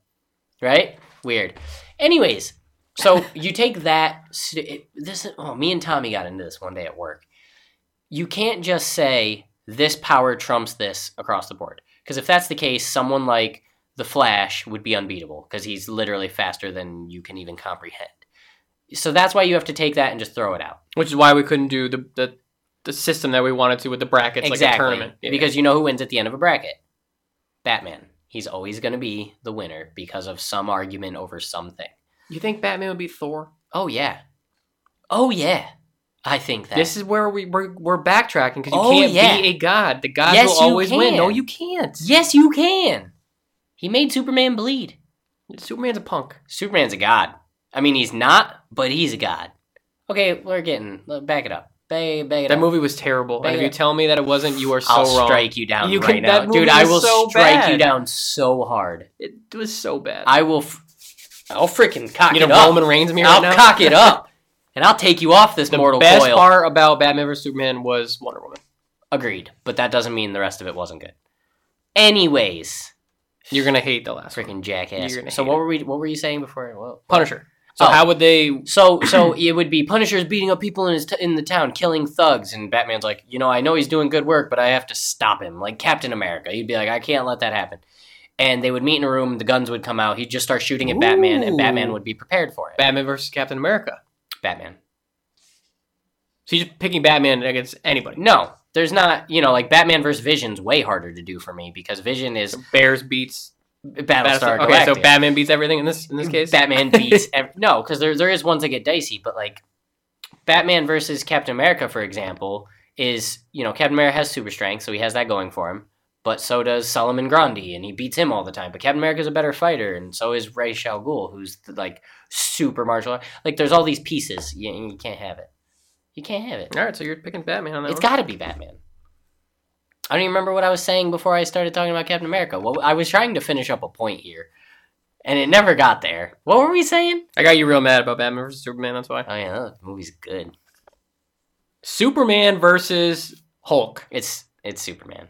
Speaker 2: right? Weird. Anyways, so you take that. s- It, this oh, me and Tommy got into this one day at work. You can't just say this power trumps this across the board, because if that's the case, someone like the Flash would be unbeatable because he's literally faster than you can even comprehend. So that's why you have to take that and just throw it out.
Speaker 3: Which is why we couldn't do the the, the system that we wanted to with the brackets, like a tournament. Yeah.
Speaker 2: Because you know who wins at the end of a bracket? Batman. He's always going to be the winner because of some argument over something.
Speaker 3: you think Batman would be Thor?
Speaker 2: Oh, yeah. Oh, yeah. I think that.
Speaker 3: This is where we we're, we're backtracking because you
Speaker 2: Oh,
Speaker 3: can't
Speaker 2: yeah.
Speaker 3: be a god. The gods
Speaker 2: Yes,
Speaker 3: will
Speaker 2: you
Speaker 3: always win. No,
Speaker 2: can.
Speaker 3: you can't.
Speaker 2: yes, you can. He made Superman bleed.
Speaker 3: Superman's a punk.
Speaker 2: Superman's a god. I mean, he's not, but he's a god. Okay, we're getting. Back it up. Back, back it
Speaker 3: That
Speaker 2: up.
Speaker 3: movie was terrible. And if
Speaker 2: Yeah.
Speaker 3: you tell me that it wasn't, you are so
Speaker 2: I'll
Speaker 3: wrong.
Speaker 2: strike you down
Speaker 3: You
Speaker 2: right
Speaker 3: can-
Speaker 2: now.
Speaker 3: that
Speaker 2: Dude,
Speaker 3: movie
Speaker 2: I
Speaker 3: was
Speaker 2: will
Speaker 3: so
Speaker 2: strike you
Speaker 3: bad.
Speaker 2: down so hard.
Speaker 3: It was so bad.
Speaker 2: I will. F- I'll freaking cock
Speaker 3: you know,
Speaker 2: it up.
Speaker 3: Roman Reigns me right
Speaker 2: I'll
Speaker 3: now.
Speaker 2: cock it up, and I'll take you off this
Speaker 3: the
Speaker 2: mortal
Speaker 3: best
Speaker 2: coil.
Speaker 3: part about Batman vs Superman was Wonder Woman.
Speaker 2: Agreed, but that doesn't mean the rest of it wasn't good. Anyways,
Speaker 3: You're gonna hate the last one.
Speaker 2: freaking jackass.
Speaker 3: You're gonna
Speaker 2: So
Speaker 3: hate
Speaker 2: what
Speaker 3: it.
Speaker 2: were we? What were you saying before? Whoa.
Speaker 3: Punisher. So
Speaker 2: Oh.
Speaker 3: how would they?
Speaker 2: So so it would be Punisher's beating up people in his t- in the town, killing thugs, and Batman's like, you know, I know he's doing good work, but I have to stop him, like Captain America. He'd be like, I can't let that happen. And they would meet in a room. The guns would come out. He'd just start shooting at Batman, and
Speaker 3: Ooh.
Speaker 2: Batman would be prepared for it.
Speaker 3: Batman versus Captain America.
Speaker 2: Batman.
Speaker 3: So you're just picking Batman against anybody.
Speaker 2: No, there's not. You know, like Batman versus Vision's way harder to do for me because Vision is
Speaker 3: Bears beats
Speaker 2: Battlestar.
Speaker 3: Battlestar. Okay, so
Speaker 2: Galactica.
Speaker 3: Batman beats everything in this in this case.
Speaker 2: Batman beats ev- no, because there there is ones that get dicey, but like Batman versus Captain America, for example, is you know Captain America has super strength, so he has that going for him. But so does Solomon Grundy, and he beats him all the time. But Captain America's a better fighter, and so is Ray Shal Ghul, who's the, like super martial art. Like there's all these pieces, y- and you can't have it. You can't have it.
Speaker 3: All right, so you're picking Batman on that.
Speaker 2: It's
Speaker 3: one.
Speaker 2: got to be Batman. I don't even remember what I was saying before I started talking about Captain America. Well, I was trying to finish up a point here, and it never got there. What were we saying?
Speaker 3: I got you real mad about Batman versus Superman. That's why.
Speaker 2: Oh yeah, that movie's good.
Speaker 3: Superman versus Hulk.
Speaker 2: It's it's Superman.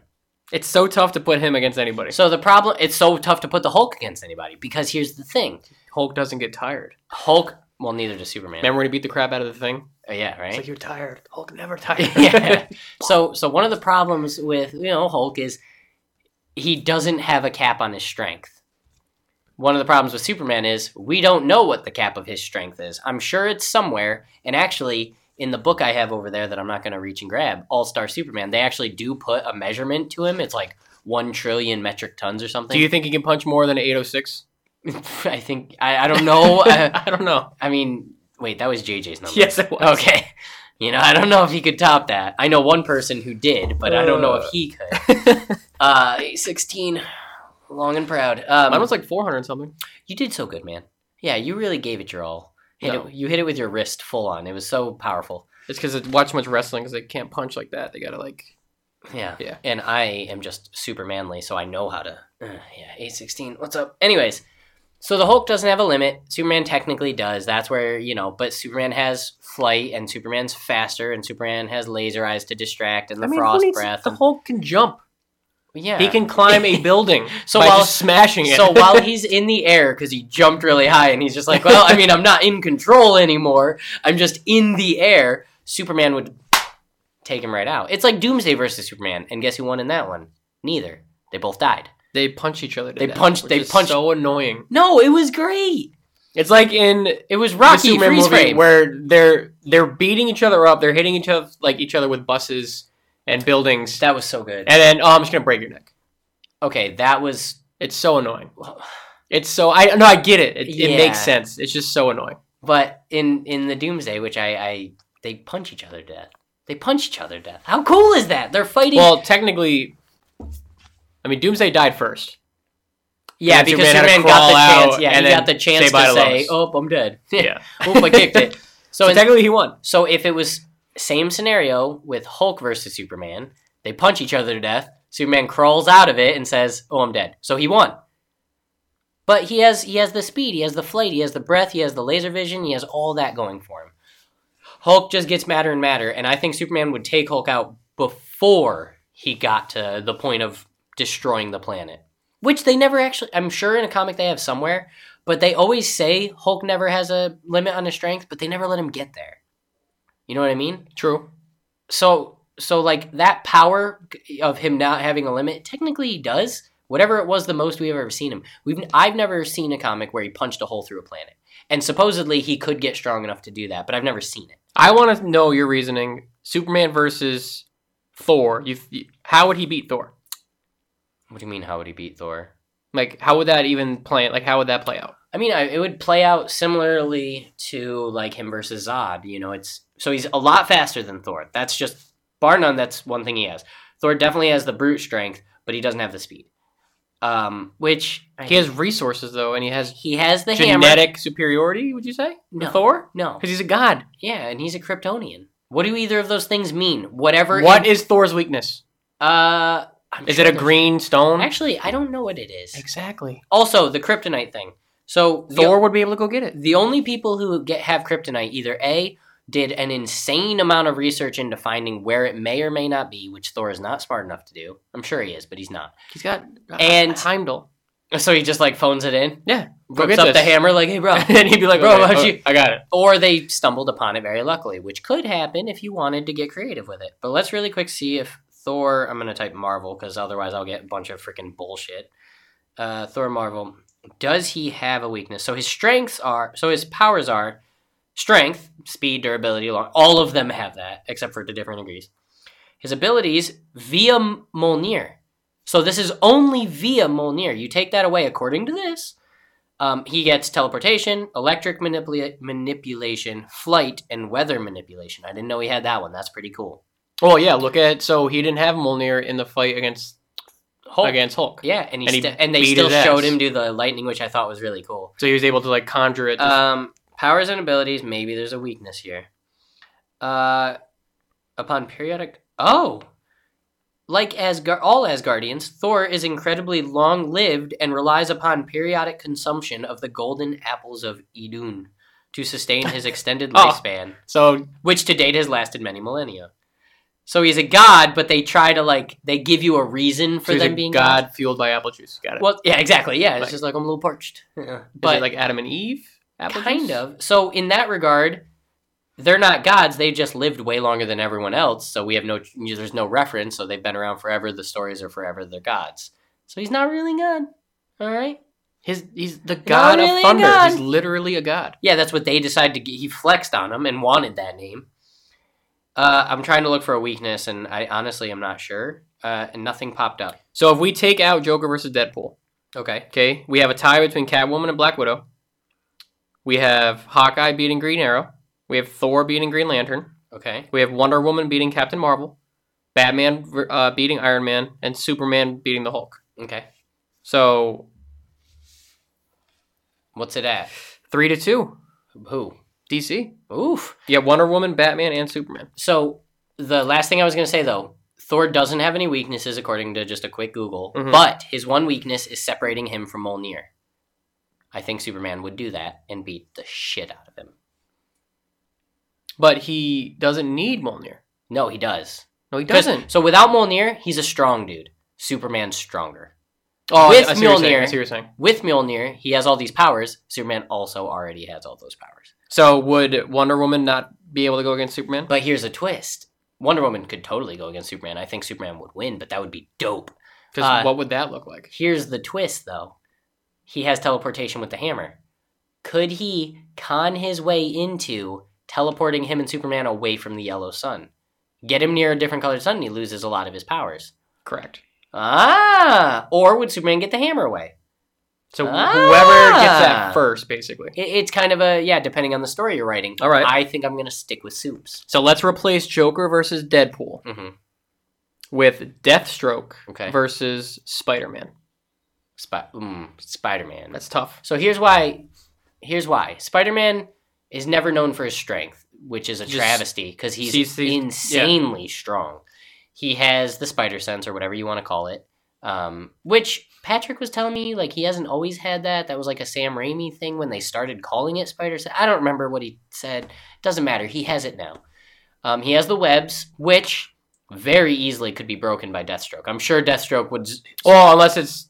Speaker 3: It's so tough to put him against anybody.
Speaker 2: So the problem it's so tough to put the Hulk against anybody because here's the thing.
Speaker 3: Hulk doesn't get tired.
Speaker 2: Hulk well neither does Superman.
Speaker 3: Remember when he beat the crap out of the thing?
Speaker 2: Oh, yeah,
Speaker 3: It's
Speaker 2: right?
Speaker 3: like you're tired. Hulk never tired.
Speaker 2: yeah. So so one of the problems with, you know, Hulk is he doesn't have a cap on his strength. One of the problems with Superman is we don't know what the cap of his strength is. I'm sure it's somewhere, and actually in the book I have over there that I'm not going to reach and grab, All Star Superman, they actually do put a measurement to him. It's like 1 trillion metric tons or something.
Speaker 3: Do you think he can punch more than oh an 806?
Speaker 2: I think I, I don't know. I,
Speaker 3: I don't know.
Speaker 2: I mean, wait, that was JJ's number.
Speaker 3: Yes, it was.
Speaker 2: Okay. You know, I don't know if he could top that. I know one person who did, but I don't know if he could. Uh, sixteen, long and proud. Um,
Speaker 3: Mine was like 400 and something.
Speaker 2: you did so good, man. Yeah, you really gave it your all. Hit
Speaker 3: No.
Speaker 2: it, you hit it with your wrist full on. It was so powerful.
Speaker 3: It's because I watch too much wrestling because they can't punch like that. They gotta like.
Speaker 2: Yeah.
Speaker 3: Yeah.
Speaker 2: And I am just super manly, so I know how to. Uh, yeah, eight sixteen. What's up? Anyways, so the Hulk doesn't have a limit. Superman technically does. That's where you know, but Superman has flight, and Superman's faster, and Superman has laser eyes to distract, and the frost breath.
Speaker 3: The
Speaker 2: and-
Speaker 3: Hulk can jump.
Speaker 2: yeah.
Speaker 3: He can climb a building.
Speaker 2: So
Speaker 3: so by
Speaker 2: while-
Speaker 3: just smashing it.
Speaker 2: So while he's in the air because he jumped really high and he's just like, well, I mean, I'm not in control anymore. I'm just in the air. Superman would take him right out. It's like Doomsday versus Superman, and guess who won in that one? Neither. They both died.
Speaker 3: they punch each other. To
Speaker 2: They
Speaker 3: death,
Speaker 2: punch-
Speaker 3: which
Speaker 2: they
Speaker 3: is
Speaker 2: punch-
Speaker 3: So annoying.
Speaker 2: No, it was great.
Speaker 3: It's like in
Speaker 2: It was
Speaker 3: Rocky
Speaker 2: Rocky
Speaker 3: Superman
Speaker 2: freeze
Speaker 3: movie
Speaker 2: frame.
Speaker 3: where they're they're beating each other up. They're hitting each other like each other with buses and buildings.
Speaker 2: that was so good.
Speaker 3: And then oh, I'm just gonna break your neck.
Speaker 2: Okay, that was
Speaker 3: It's so annoying. It's so I no I get it. It,
Speaker 2: Yeah.
Speaker 3: it makes sense. It's just so annoying.
Speaker 2: But in in the Doomsday, which I, I they punch each other to death. They punch each other to death. How cool is that? They're fighting.
Speaker 3: Well, technically, I mean Doomsday died first.
Speaker 2: yeah,
Speaker 3: and
Speaker 2: because
Speaker 3: Superman had to
Speaker 2: Superman got the
Speaker 3: crawl
Speaker 2: chance.
Speaker 3: out
Speaker 2: Yeah,
Speaker 3: and
Speaker 2: he
Speaker 3: then
Speaker 2: got the chance
Speaker 3: say
Speaker 2: to
Speaker 3: bye to
Speaker 2: say,
Speaker 3: Lois.
Speaker 2: "Oh, I'm dead."
Speaker 3: Yeah.
Speaker 2: Oop, I kicked it. So,
Speaker 3: So
Speaker 2: in-
Speaker 3: technically he won.
Speaker 2: so if it was same scenario with Hulk versus Superman, they punch each other to death. Superman crawls out of it and says, "Oh, I'm dead." So he won. But he has he has the speed, he has the flight, he has the breath, he has the laser vision, he has all that going for him. Hulk just gets madder and madder, and I think Superman would take Hulk out before he got to the point of destroying the planet. Which they never actually I'm sure in a comic they have somewhere, but they always say Hulk never has a limit on his strength, but they never let him get there. You know what I mean?
Speaker 3: True.
Speaker 2: So so like that power of him not having a limit, technically he does. Whatever it was, the most we've ever seen him. We've I've never seen a comic where he punched a hole through a planet, and supposedly he could get strong enough to do that, but I've never seen it.
Speaker 3: I want to know your reasoning. Superman versus Thor. You, you how would he beat Thor?
Speaker 2: What do you mean? How would he beat Thor?
Speaker 3: Like how would that even play? Like how would that play out?
Speaker 2: I mean, I, it would play out similarly to like him versus Zod. You know, it's so he's a lot faster than Thor. That's just bar none. That's one thing he has. Thor definitely has the brute strength, but he doesn't have the speed. Um, which
Speaker 3: He has resources though, and he has
Speaker 2: he has the hammer.
Speaker 3: genetic superiority. Would you say
Speaker 2: No,
Speaker 3: Thor?
Speaker 2: no,
Speaker 3: Because he's a god.
Speaker 2: yeah, and he's a Kryptonian. What do either of those things mean? Whatever.
Speaker 3: What
Speaker 2: it-
Speaker 3: is Thor's weakness?
Speaker 2: uh? I'm
Speaker 3: Is
Speaker 2: sure
Speaker 3: it a
Speaker 2: there's-
Speaker 3: green stone?
Speaker 2: Actually, I don't know what it is.
Speaker 3: exactly.
Speaker 2: Also, the kryptonite thing. So the-
Speaker 3: Thor would be able to go get it.
Speaker 2: the only people who get have kryptonite either a did an insane amount of research into finding where it may or may not be, which Thor is not smart enough to do. I'm sure he is, but he's uh, not.
Speaker 3: He's got
Speaker 2: And-
Speaker 3: Heimdall.
Speaker 2: So he just like phones it in,
Speaker 3: Yeah, Go
Speaker 2: rips
Speaker 3: get
Speaker 2: up the
Speaker 3: this.
Speaker 2: hammer, like, "Hey, bro."
Speaker 3: and he'd be like,
Speaker 2: Bro,
Speaker 3: "Okay,
Speaker 2: how'd
Speaker 3: oh,
Speaker 2: you-
Speaker 3: I got it."
Speaker 2: or they stumbled upon it very luckily, which could happen if you wanted to get creative with it. But let's really quick see if Thor. I'm gonna type Marvel because otherwise I'll get a bunch of freaking bullshit. Uh, Thor Marvel. Does he have a weakness? So his strengths are. So his powers are Strength, speed, durability, long, all of them have that, except for to different degrees. His abilities via Molnir. So this is only via Molnir. You take that away, according to this, um, he gets teleportation, electric manipula- manipulation, flight, and weather manipulation. I didn't know he had that one. That's pretty cool.
Speaker 3: Well, yeah. Look at so he didn't have Mjolnir in the fight against
Speaker 2: Hulk.
Speaker 3: against Hulk.
Speaker 2: Yeah, and he,
Speaker 3: And he
Speaker 2: sti- and they
Speaker 3: beat
Speaker 2: still
Speaker 3: his
Speaker 2: showed
Speaker 3: ass.
Speaker 2: him do the lightning, which I thought was really cool.
Speaker 3: So he was able to like conjure it.
Speaker 2: Um, powers and abilities. Maybe there's a weakness here. Uh, upon periodic. Oh, like Asgar- all Asgardians, Thor is incredibly long-lived and relies upon periodic consumption of the golden apples of Idun to sustain his extended
Speaker 3: Oh.
Speaker 2: lifespan,
Speaker 3: so
Speaker 2: which to date has lasted many millennia. So he's a god, but they try to like they give you a reason for
Speaker 3: he's
Speaker 2: them
Speaker 3: a
Speaker 2: being gods.
Speaker 3: god fueled by apple juice. Got it.
Speaker 2: Well, yeah, exactly. Yeah, it's
Speaker 3: Like-
Speaker 2: just like I'm a little parched. Yeah.
Speaker 3: But
Speaker 2: But
Speaker 3: like Adam and Eve. Apple
Speaker 2: kind
Speaker 3: juice?
Speaker 2: of. So in that regard, they're not gods. They just lived way longer than everyone else. So we have no. There's no reference. So they've been around forever. The stories are forever. They're gods. So he's not really god. All right.
Speaker 3: His he's the god
Speaker 2: really a
Speaker 3: of thunder.
Speaker 2: god.
Speaker 3: He's literally a god.
Speaker 2: Yeah, that's what they decided to get. He flexed on him and wanted that name. Uh, I'm trying to look for a weakness, and I honestly am not sure. Uh, and nothing popped up.
Speaker 3: So if we take out Joker versus Deadpool,
Speaker 2: Okay.
Speaker 3: okay, we have a tie between Catwoman and Black Widow. We have Hawkeye beating Green Arrow. We have Thor beating Green Lantern.
Speaker 2: Okay.
Speaker 3: We have Wonder Woman beating Captain Marvel. Batman ver- uh, beating Iron Man and Superman beating the Hulk.
Speaker 2: Okay.
Speaker 3: So
Speaker 2: What's it at?
Speaker 3: three to two,
Speaker 2: Who?
Speaker 3: DC.
Speaker 2: Oof.
Speaker 3: Yeah, Wonder Woman, Batman, and Superman.
Speaker 2: So the last thing I was going to say though, Thor doesn't have any weaknesses according to just a quick Google,
Speaker 3: Mhm.
Speaker 2: but his one weakness is separating him from Mjolnir. I think Superman would do that and beat the shit out of him.
Speaker 3: But he doesn't need Mjolnir.
Speaker 2: No, he does.
Speaker 3: No, he
Speaker 2: 'Cause-
Speaker 3: doesn't.
Speaker 2: So without Mjolnir, he's a strong dude. Superman's stronger.
Speaker 3: Oh,
Speaker 2: with
Speaker 3: I, I see what you're saying. I
Speaker 2: Mjolnir-
Speaker 3: see what you're saying.
Speaker 2: With Mjolnir, he has all these powers. Superman also already has all those powers.
Speaker 3: So would Wonder Woman not be able to go against Superman?
Speaker 2: But here's a twist. Wonder Woman could totally go against Superman. I think Superman would win, but that would be dope.
Speaker 3: Because
Speaker 2: Uh,
Speaker 3: what would that look like?
Speaker 2: Here's the twist, though. He has teleportation with the hammer. Could he con his way into teleporting him and Superman away from the yellow sun? Get him near a different colored sun, and he loses a lot of his powers.
Speaker 3: Correct.
Speaker 2: Ah! Or would Superman get the hammer away?
Speaker 3: So wh-
Speaker 2: Ah!
Speaker 3: whoever gets that first, basically.
Speaker 2: It, it's kind of a yeah, depending on the story you're writing.
Speaker 3: All right.
Speaker 2: I think I'm gonna stick with Supes.
Speaker 3: So let's replace Joker versus Deadpool
Speaker 2: hmm
Speaker 3: with Deathstroke
Speaker 2: Okay.
Speaker 3: versus Spider Man.
Speaker 2: Spi- mm, Spider-Man.
Speaker 3: That's tough.
Speaker 2: So here's why. Here's why Spider-Man is never known for his strength, which is a
Speaker 3: Just-
Speaker 2: travesty because he's
Speaker 3: He's- he's- yeah.
Speaker 2: insanely strong. He has the spider sense or whatever you want to call it, um, which Patrick was telling me like he hasn't always had that. That was like a Sam Raimi thing when they started calling it spider sense. I don't remember what he said. Doesn't matter. He has it now. Um, he has the webs, which very easily could be broken by Deathstroke. I'm sure Deathstroke would. z-
Speaker 3: Well, unless it's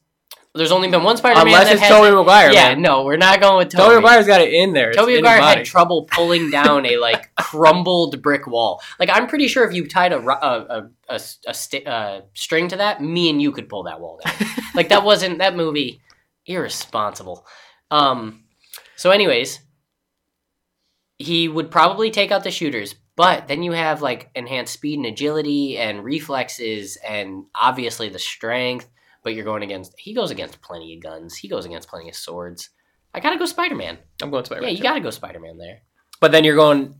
Speaker 2: There's only been one Spider-Man
Speaker 3: unless
Speaker 2: that
Speaker 3: it's
Speaker 2: has
Speaker 3: Tobey Maguire.
Speaker 2: yeah,
Speaker 3: man.
Speaker 2: no, we're not going with
Speaker 3: Tobey
Speaker 2: Toby. Toby,
Speaker 3: Maguire's got it in there. It's in his
Speaker 2: Maguire had
Speaker 3: body.
Speaker 2: trouble pulling down a like crumbled brick wall. Like I'm pretty sure if you tied a ro- a a, a, a sti- uh, string to that, me and you could pull that wall down. like that wasn't that movie irresponsible. Um. So, anyways, he would probably take out the shooters, but then you have like enhanced speed and agility and reflexes and obviously the strength. But you're going against he goes against plenty of guns. He goes against plenty of swords. I gotta go Spider Man.
Speaker 3: I'm going Spider
Speaker 2: Yeah,
Speaker 3: Man.
Speaker 2: you gotta go Spider Man there.
Speaker 3: But then you're going.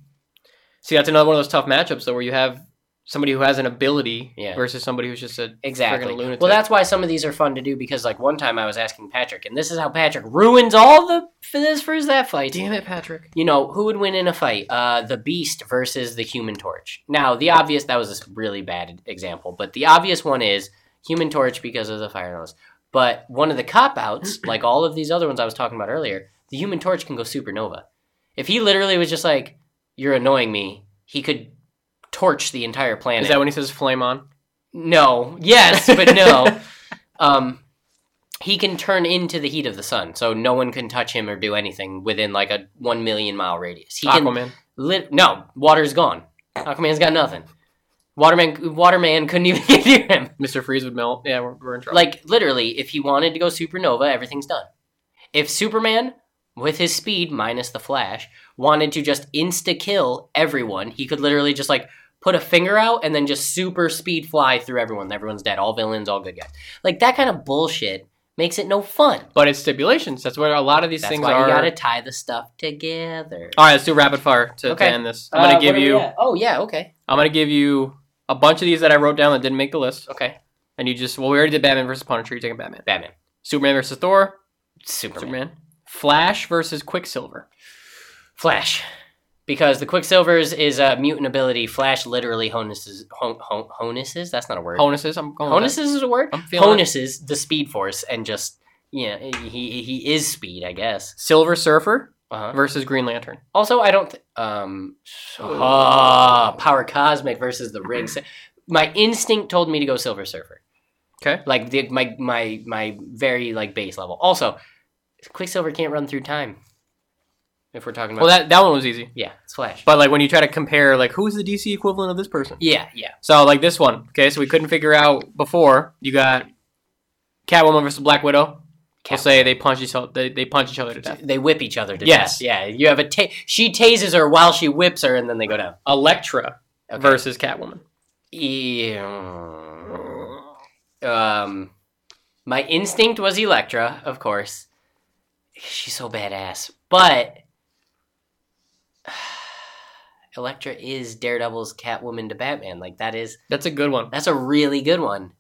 Speaker 3: See, that's another one of those tough matchups though, where you have somebody who has an ability
Speaker 2: Yeah.
Speaker 3: versus somebody who's just a
Speaker 2: Exactly.
Speaker 3: Friggin' lunatic.
Speaker 2: Well, that's why some of these are fun to do because, like, one time I was asking Patrick, and this is how Patrick ruins all the for this for that fight.
Speaker 3: damn it, Patrick.
Speaker 2: you know who would win in a fight uh the beast versus the human torch now the obvious that was a really bad example but the obvious one is human torch because of the fire nose but one of the cop outs like all of these other ones i was talking about earlier the human torch can go supernova if he literally was just like you're annoying me he could torch the entire planet
Speaker 3: Is that when he says flame on?
Speaker 2: no yes but no um he can turn into the heat of the sun so no one can touch him or do anything within like a 1 million mile radius he can
Speaker 3: Aquaman.
Speaker 2: Lit- no, water's gone. Aquaman's got nothing. Waterman, Waterman couldn't even get near him.
Speaker 3: Mr. Freeze would melt. Yeah, we're, we're in trouble.
Speaker 2: Like literally, if he wanted to go supernova, everything's done. If Superman with his speed minus the Flash, wanted to just insta kill everyone, he could literally just like put a finger out and then just super speed fly through everyone. Everyone's dead. All villains, all good guys. Like that kind of bullshit makes it no fun.
Speaker 3: But it's stipulations. That's where a lot of these
Speaker 2: That's
Speaker 3: things
Speaker 2: why
Speaker 3: are.
Speaker 2: you gotta tie the stuff together.
Speaker 3: All right, let's do rapid fire to, to
Speaker 2: Okay.
Speaker 3: end this. I'm gonna
Speaker 2: Uh,
Speaker 3: give
Speaker 2: where are we
Speaker 3: you.
Speaker 2: at? Oh yeah, okay,
Speaker 3: I'm gonna give you a bunch of these that I wrote down that didn't make the list,
Speaker 2: okay.
Speaker 3: and you just well, we already did Batman versus Punisher. You're taking Batman.
Speaker 2: Batman,
Speaker 3: Superman versus Thor.
Speaker 2: Superman,
Speaker 3: Superman. Flash versus Quicksilver.
Speaker 2: Flash, because the Quicksilver's is a mutant ability. Flash literally honuses, hon, hon, honuses. That's not a word.
Speaker 3: Honuses. I'm going. with
Speaker 2: honuses is a word.
Speaker 3: that. I'm feeling. it.
Speaker 2: Honuses the Speed Force and just yeah, he he is speed, I guess.
Speaker 3: Silver Surfer
Speaker 2: Uh-huh.
Speaker 3: versus Green Lantern.
Speaker 2: Also, I don't. Th- um, ah, Power Cosmic versus the Ring. Si- my instinct told me to go Silver Surfer.
Speaker 3: Okay.
Speaker 2: Like the, my my my very like base level. Also, Quicksilver can't run through time. If we're talking about
Speaker 3: Well, that that one was easy.
Speaker 2: yeah, it's Flash.
Speaker 3: But like when you try to compare, like who's the DC equivalent of this person?
Speaker 2: yeah, yeah.
Speaker 3: So like this one. Okay, so we couldn't figure out before. You got Catwoman versus Black Widow. We'll
Speaker 2: Catwoman.
Speaker 3: say they punch each other. They, they punch each other to death.
Speaker 2: They whip each other to
Speaker 3: Yes.
Speaker 2: death. Yeah, you have a ta- she tases her while she whips her, and then they go down.
Speaker 3: Elektra
Speaker 2: Okay.
Speaker 3: versus Catwoman.
Speaker 2: Yeah. Um, my instinct was Electra, of course. She's so badass, but Electra is Daredevil's Catwoman to Batman. Like that is
Speaker 3: That's a good one.
Speaker 2: that's a really good one.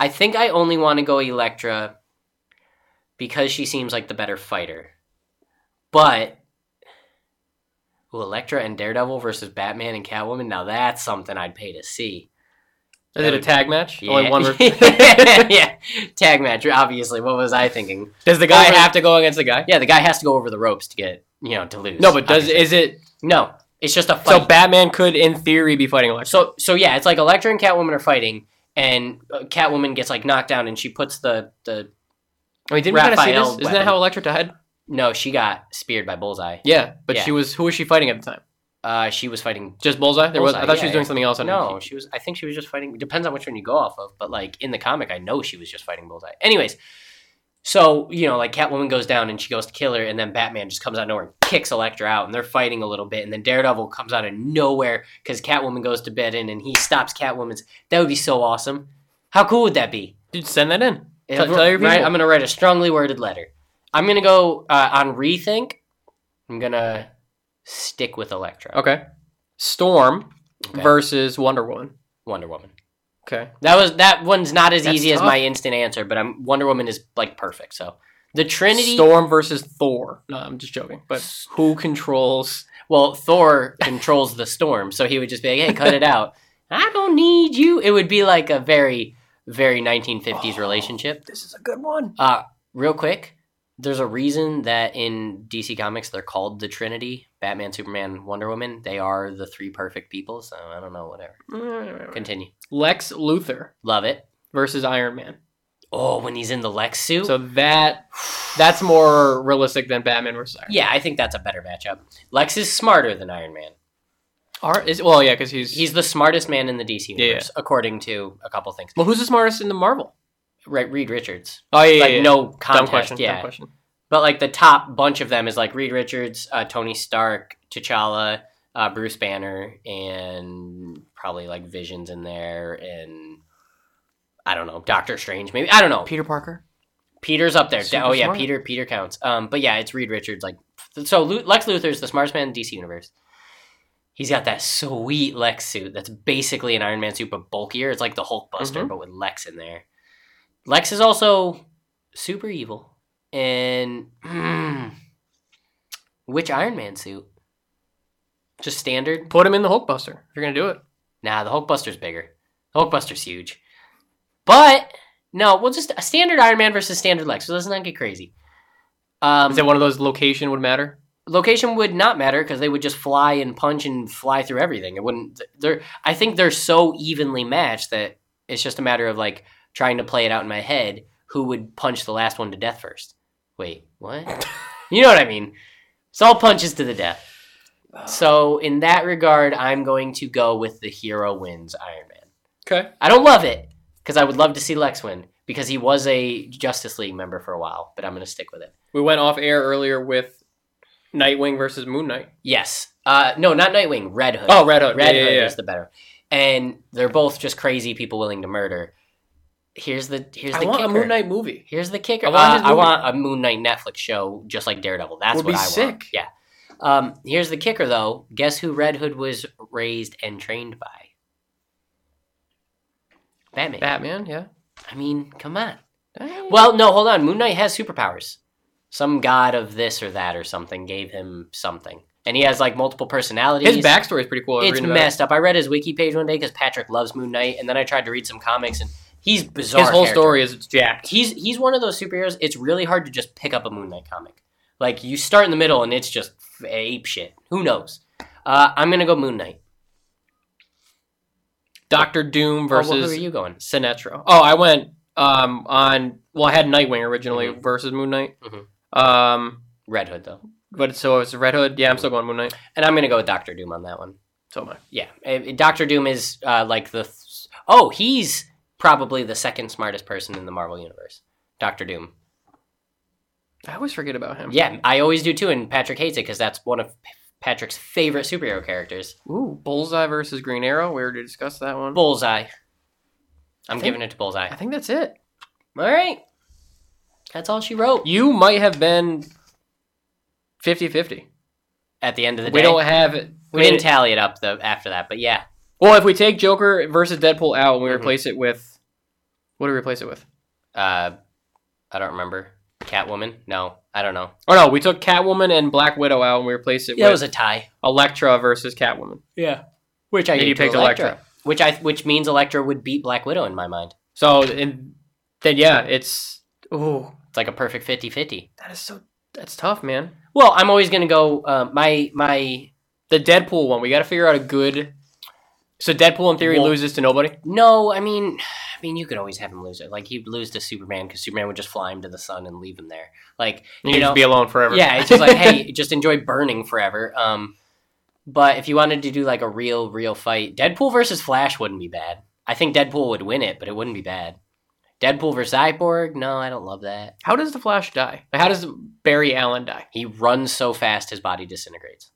Speaker 2: I think I only want to go Electra because she seems like the better fighter. But ooh, Electra and Daredevil versus Batman and Catwoman. Now that's something I'd pay to see.
Speaker 3: Is it a tag match? Only one. ver-
Speaker 2: yeah. Tag match, obviously. What was I thinking?
Speaker 3: Does the guy
Speaker 2: Over-
Speaker 3: have to go against the guy?
Speaker 2: Yeah, the guy has to go over the ropes to get you know to lose.
Speaker 3: No, but does
Speaker 2: obviously.
Speaker 3: is it
Speaker 2: No, it's just a fight.
Speaker 3: so? Batman could, in theory, be fighting Elektra.
Speaker 2: So so yeah, it's like Elektra and Catwoman are fighting, and uh, Catwoman gets like knocked down, and she puts the the
Speaker 3: I mean, didn't we kind of see this?
Speaker 2: Raphael
Speaker 3: Isn't that how Elektra died?
Speaker 2: no, she got speared by Bullseye.
Speaker 3: Yeah, but
Speaker 2: Yeah.
Speaker 3: she was who was she fighting at the time?
Speaker 2: Uh, she was fighting.
Speaker 3: Just Bullseye. There was. I
Speaker 2: Bullseye,
Speaker 3: thought
Speaker 2: yeah,
Speaker 3: she was
Speaker 2: yeah.
Speaker 3: doing something else. I didn't
Speaker 2: No, she was. I think she was just fighting. Depends on which one you go off of, but like in the comic, I know she was just fighting Bullseye. Anyways, so you know, like Catwoman goes down and she goes to kill her, and then Batman just comes out of nowhere and kicks Elektra out, and they're fighting a little bit, and then Daredevil comes out of nowhere because Catwoman goes to bed in, and he stops Catwoman's. That would be so awesome. How cool would that be?
Speaker 3: Dude, send that in.
Speaker 2: Yeah,
Speaker 3: Tell- tell your
Speaker 2: right,
Speaker 3: people.
Speaker 2: I'm gonna write a strongly worded letter. I'm gonna go uh, on rethink. I'm gonna stick with Elektra.
Speaker 3: Okay. Storm
Speaker 2: Okay.
Speaker 3: versus Wonder Woman.
Speaker 2: Wonder Woman.
Speaker 3: Okay.
Speaker 2: That was that one's not as
Speaker 3: That's
Speaker 2: easy as
Speaker 3: tough.
Speaker 2: my instant answer, but I'm Wonder Woman is like perfect. So the Trinity.
Speaker 3: Storm versus Thor. No, I'm just joking. But who controls?
Speaker 2: well, Thor controls the storm, so he would just be like, "Hey, cut it out. I don't need you." It would be like a very, very 1950s
Speaker 3: Oh.
Speaker 2: relationship.
Speaker 3: This is a good one.
Speaker 2: Uh, real quick, there's a reason that in DC Comics they're called the Trinity: Batman, Superman, Wonder Woman. They are the three perfect people. So I don't know, whatever. Continue.
Speaker 3: Lex Luthor
Speaker 2: Love it.
Speaker 3: versus Iron Man.
Speaker 2: Oh, when he's in the Lex suit.
Speaker 3: So that that's more realistic than Batman versus Iron. Man.
Speaker 2: yeah, I think that's a better matchup. Lex is smarter than Iron Man.
Speaker 3: Are, is, well, yeah, because he's,
Speaker 2: He's the smartest man in the DC
Speaker 3: Yeah,
Speaker 2: universe, according to a couple things.
Speaker 3: well. Who's the smartest in the Marvel?
Speaker 2: Right, Reed Richards.
Speaker 3: Oh yeah,
Speaker 2: Like
Speaker 3: yeah, yeah.
Speaker 2: no
Speaker 3: Dumb
Speaker 2: contest.
Speaker 3: question.
Speaker 2: yeah,
Speaker 3: Dumb question.
Speaker 2: but like the top bunch of them is like Reed Richards, uh, Tony Stark, T'Challa, uh, Bruce Banner, and probably like Visions in there, and I don't know, Doctor Strange. Maybe I don't know.
Speaker 3: Peter Parker.
Speaker 2: Peter's up there.
Speaker 3: Super
Speaker 2: oh yeah,
Speaker 3: smart.
Speaker 2: Peter. Peter counts. Um, but yeah, it's Reed Richards. Like, so Lu- Lex Luthor's the smartest man in DC universe. He's got that sweet Lex suit that's basically an Iron Man suit but bulkier. It's like the Hulk Buster
Speaker 3: Mhm.
Speaker 2: but with Lex in there. Lex is also super evil. And mm, which Iron Man suit? Just standard?
Speaker 3: Put him in the Hulkbuster. If you're gonna do it.
Speaker 2: Nah, the Hulkbuster's bigger. The Hulkbuster's huge. But no, we'll just a standard Iron Man versus standard Lex. So let's not get crazy. Um,
Speaker 3: Is it one of those location would matter?
Speaker 2: location would not matter because they would just fly and punch and fly through everything. It wouldn't. They're. I think they're so evenly matched that it's just a matter of like trying to play it out in my head. Who would punch the last one to death first? Wait, what? you know what I mean? It's all punches to the death. So in that regard, I'm going to go with the hero wins Iron Man.
Speaker 3: Okay.
Speaker 2: I don't love it because I would love to see Lex win, because he was a Justice League member for a while, but I'm going to stick with it.
Speaker 3: We went off air earlier with Nightwing versus Moon Knight.
Speaker 2: Yes. Uh, no, not Nightwing. Red Hood.
Speaker 3: Oh, Red Hood.
Speaker 2: Red
Speaker 3: yeah,
Speaker 2: Hood
Speaker 3: yeah, yeah.
Speaker 2: is the better. And they're both just crazy people willing to murder. Here's the here's the
Speaker 3: I want
Speaker 2: kicker.
Speaker 3: a Moon Knight movie.
Speaker 2: Here's the kicker.
Speaker 3: I
Speaker 2: I
Speaker 3: want
Speaker 2: want,
Speaker 3: his
Speaker 2: I
Speaker 3: movie.
Speaker 2: want a Moon Knight Netflix show just like Daredevil. That's
Speaker 3: Would
Speaker 2: what
Speaker 3: be
Speaker 2: I want.
Speaker 3: sick.
Speaker 2: Yeah. Um, here's the kicker though. Guess who Red Hood was raised and trained by? Batman.
Speaker 3: Batman, yeah.
Speaker 2: I mean, come on.
Speaker 3: Well,
Speaker 2: Well, no, hold on. Moon Knight has superpowers. Some god of this or that or something gave him something. And he has like multiple personalities.
Speaker 3: his backstory is pretty cool. I was
Speaker 2: it's
Speaker 3: reading about it.
Speaker 2: messed up. I read his wiki page one day because Patrick loves Moon Knight, and then I tried to read some comics, and he's bizarre.
Speaker 3: His whole
Speaker 2: character.
Speaker 3: story is it's jacked.
Speaker 2: He's he's one of those superheroes. It's really hard to just pick up a Moon Knight comic. Like you start in the middle, and it's just f- ape shit. Who knows? Uh, I'm gonna go Moon Knight
Speaker 3: Doctor Doom
Speaker 2: Oh, well,
Speaker 3: versus
Speaker 2: who are you going?
Speaker 3: Sinestro. Oh, I went um on. Well, I had Nightwing originally
Speaker 2: Mhm.
Speaker 3: versus Moon Knight.
Speaker 2: Mhm.
Speaker 3: Um,
Speaker 2: Red Hood though,
Speaker 3: but so it's Red Hood. Yeah, I'm still going Moon Knight.
Speaker 2: and I'm gonna go with Doctor Doom on that one.
Speaker 3: So am I.
Speaker 2: Yeah, Doctor Doom is uh, like the th- oh he's probably the second smartest person in the Marvel universe. Doctor Doom.
Speaker 3: I always forget about him.
Speaker 2: Yeah, I always do too, and Patrick hates it because that's one of P- Patrick's favorite superhero characters.
Speaker 3: Ooh, Bullseye versus Green Arrow. We already discussed that one.
Speaker 2: Bullseye. I'm
Speaker 3: think-
Speaker 2: giving it to Bullseye.
Speaker 3: I think that's it.
Speaker 2: All right. That's all she wrote.
Speaker 3: You might have been 50-50.
Speaker 2: At the end of the
Speaker 3: We
Speaker 2: day,
Speaker 3: don't have it.
Speaker 2: we didn't tally it up the, after that, but yeah.
Speaker 3: Well, if we take Joker versus Deadpool out and we
Speaker 2: Mhm.
Speaker 3: replace it with Mm-hmm. what do we replace it with?
Speaker 2: Uh, I don't remember. Catwoman? No, I don't know.
Speaker 3: Oh no, we took Catwoman and Black Widow out and we replaced it
Speaker 2: Yeah, it
Speaker 3: with
Speaker 2: was a tie.
Speaker 3: Elektra versus Catwoman.
Speaker 2: Yeah. Which I
Speaker 3: And
Speaker 2: gave
Speaker 3: you
Speaker 2: to
Speaker 3: picked
Speaker 2: Elektra.
Speaker 3: Elektra.
Speaker 2: Which I which means Elektra would beat Black Widow in my mind.
Speaker 3: So and then yeah, it's ooh
Speaker 2: It's like a perfect 50-50.
Speaker 3: that is so that's tough, man.
Speaker 2: Well, I'm always gonna go. Uh, my my
Speaker 3: The Deadpool one, we got to figure out a good. So Deadpool in theory
Speaker 2: Well-
Speaker 3: loses to nobody.
Speaker 2: no. I mean, I mean, you could always have him lose it. Like he'd lose to Superman because Superman would just fly him to the sun and leave him there. Like
Speaker 3: You,
Speaker 2: You
Speaker 3: can
Speaker 2: know-
Speaker 3: just be alone forever.
Speaker 2: Yeah, it's just like, hey, just enjoy burning forever. Um, but if you wanted to do like a real, real fight, Deadpool versus Flash wouldn't be bad. I think Deadpool would win it, but it wouldn't be bad. Deadpool versus Cyborg? No, I don't love that.
Speaker 3: How does the Flash die? How does Barry Allen die?
Speaker 2: He runs so fast, his body disintegrates.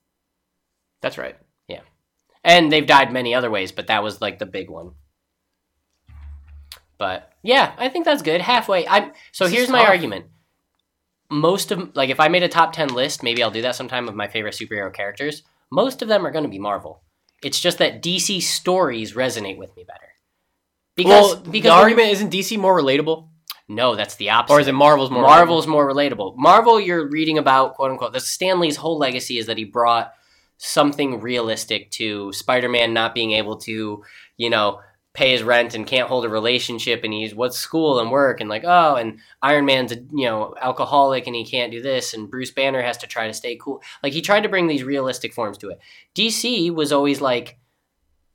Speaker 3: That's right.
Speaker 2: And they've died many other ways, but that was like the big one. But yeah, I think that's good. Halfway. I'm so
Speaker 3: This is
Speaker 2: here's my
Speaker 3: tough.
Speaker 2: argument. Most of like if I made a top ten list, maybe I'll do that sometime of my favorite superhero characters. Most of them are gonna be Marvel. It's just that DC stories resonate with me better. Because
Speaker 3: well,
Speaker 2: because
Speaker 3: the argument isn't DC more relatable,
Speaker 2: No, that's the opposite.
Speaker 3: or is it Marvel's more?
Speaker 2: Marvel's more relatable. Marvel, you're reading about, quote unquote. That's Stanley's whole legacy is that he brought something realistic to Spider-Man not being able to, you know, pay his rent and can't hold a relationship, and he's what's school and work, and like oh, and Iron Man's a, you know alcoholic and he can't do this, and Bruce Banner has to try to stay cool. Like he tried to bring these realistic forms to it. DC was always like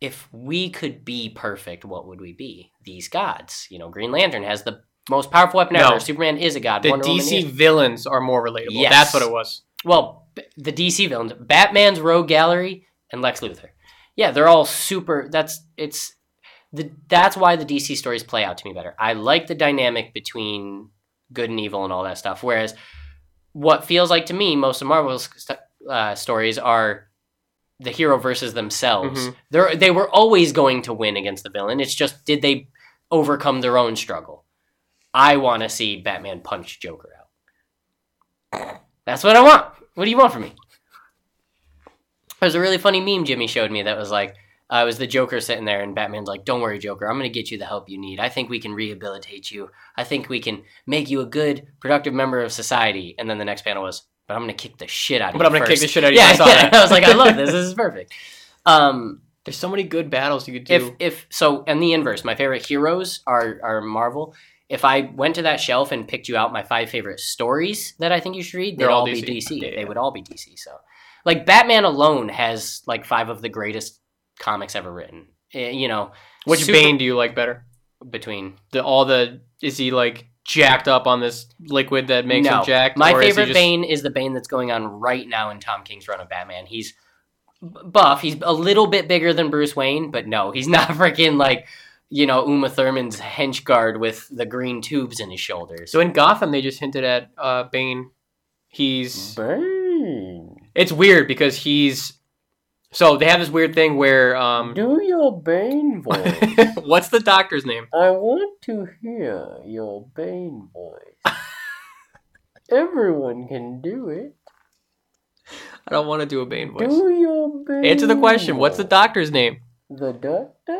Speaker 2: if we could be perfect, what would we be? These gods. You know, Green Lantern has the most powerful weapon
Speaker 3: No.
Speaker 2: ever. Superman is a god.
Speaker 3: The
Speaker 2: Wonder Woman
Speaker 3: DC
Speaker 2: is-
Speaker 3: villains are more relatable.
Speaker 2: Yes.
Speaker 3: That's what it was.
Speaker 2: Well, b- the DC villains, Batman's Rogue Gallery and Lex Luthor. Yeah, they're all super. That's it's. The, that's why the DC stories play out to me better. I like the dynamic between good and evil and all that stuff. Whereas, what feels like to me, most of Marvel's st- uh, stories are the hero versus themselves.
Speaker 3: Mhm.
Speaker 2: They're, they were always going to win against the villain. It's just did they overcome their own struggle? I want to see Batman punch Joker out. That's what I want. What do you want from me? There's a really funny meme Jimmy showed me that was like, uh, it was the Joker sitting there, and Batman's like, "Don't worry, Joker. I'm gonna get you the help you need. I think we can rehabilitate you. I think we can make you a good, productive member of society." And then the next panel was, "But I'm gonna kick the shit out of
Speaker 3: But
Speaker 2: you."
Speaker 3: I'm gonna kick
Speaker 2: first."
Speaker 3: the shit out of you.
Speaker 2: yeah,
Speaker 3: I saw
Speaker 2: yeah.
Speaker 3: that.
Speaker 2: I was like, I love this. This is perfect. Um,
Speaker 3: There's so many good battles you could do.
Speaker 2: if if so, and the inverse, my favorite heroes are are Marvel. If I went to that shelf and picked you out my five favorite stories that I think you should read, they'd
Speaker 3: They're all
Speaker 2: all, be
Speaker 3: DC.
Speaker 2: DC.
Speaker 3: Yeah, yeah.
Speaker 2: They would all be DC. So, like Batman alone has like five of the greatest comics ever written. Eh, You know,
Speaker 3: Which
Speaker 2: super-
Speaker 3: Bane do you like better?
Speaker 2: between
Speaker 3: The all the is he like jacked up on this liquid that makes
Speaker 2: No.
Speaker 3: him jacked?
Speaker 2: My
Speaker 3: or is he
Speaker 2: favorite
Speaker 3: just-
Speaker 2: Bane is the Bane that's going on right now in Tom King's run of Batman. He's b- buff. He's a little bit bigger than Bruce Wayne, but no, he's not freaking like you know, Uma Thurman's hench guard with the green tubes in his shoulders.
Speaker 3: So in Gotham, they just hinted at uh, Bane. He's
Speaker 2: burn.
Speaker 3: it's weird because he's so they have this weird thing where um
Speaker 2: Do your Bane voice.
Speaker 3: what's the doctor's name?
Speaker 2: I want to hear your Bane voice. Everyone can do it.
Speaker 3: I don't want to do a Bane voice.
Speaker 2: your Bane
Speaker 3: Answer the question. What's the doctor's name?
Speaker 2: The doctor?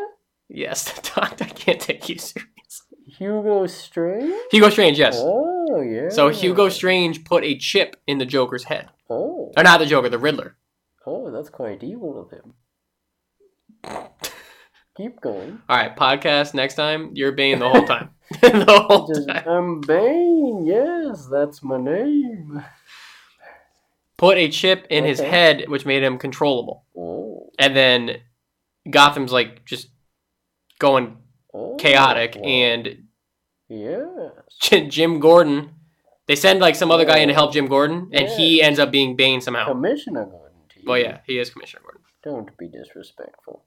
Speaker 3: Yes, the doctor. I can't take you serious.
Speaker 2: Hugo Strange?
Speaker 3: Hugo Strange. Yes.
Speaker 2: Oh, yeah.
Speaker 3: So Hugo Strange put a chip in the Joker's head,
Speaker 2: Oh.
Speaker 3: or not the Joker, the Riddler.
Speaker 2: Oh, that's quite evil of him. Keep going.
Speaker 3: All right, podcast next time. You're Bane the whole time. the whole
Speaker 2: Just,
Speaker 3: time.
Speaker 2: I'm Bane, yes, that's my name.
Speaker 3: Put a chip in his
Speaker 2: Okay.
Speaker 3: head, which made him controllable,
Speaker 2: Oh,
Speaker 3: and then Gotham's like just going
Speaker 2: oh,
Speaker 3: chaotic,
Speaker 2: wow.
Speaker 3: and
Speaker 2: Yes.
Speaker 3: J- Jim Gordon. They send like some other guy in to help Jim Gordon, and he
Speaker 2: Yeah.
Speaker 3: ends up being Bane somehow.
Speaker 2: Commissioner Gordon to you.
Speaker 3: Well, yeah, he is Commissioner Gordon.
Speaker 2: Don't be disrespectful.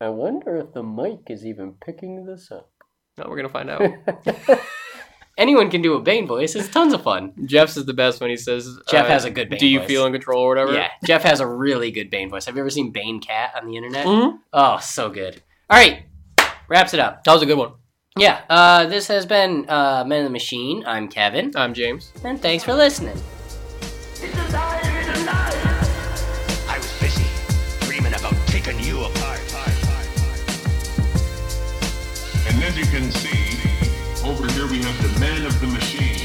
Speaker 2: I wonder if the mic is even picking this up.
Speaker 3: No, we're gonna find out.
Speaker 2: Anyone can do a Bane voice. It's tons of fun.
Speaker 3: Jeff's is the best when he says
Speaker 2: Jeff
Speaker 3: uh,
Speaker 2: has a good Bane
Speaker 3: Do you
Speaker 2: voice.
Speaker 3: feel in control or whatever?
Speaker 2: Yeah, Jeff has a really good Bane voice. Have you ever seen Bane Cat on the internet?
Speaker 3: Mhm.
Speaker 2: Oh, so good. All right, wraps it up.
Speaker 3: That was a good one.
Speaker 2: Yeah, uh, this has been uh, Men in the Machine. I'm Kevin,
Speaker 3: I'm James.
Speaker 2: and thanks for listening.
Speaker 1: It's alive! It's alive!
Speaker 4: I was busy dreaming about taking you apart.
Speaker 5: And as you can see, over here we have the man of the machine.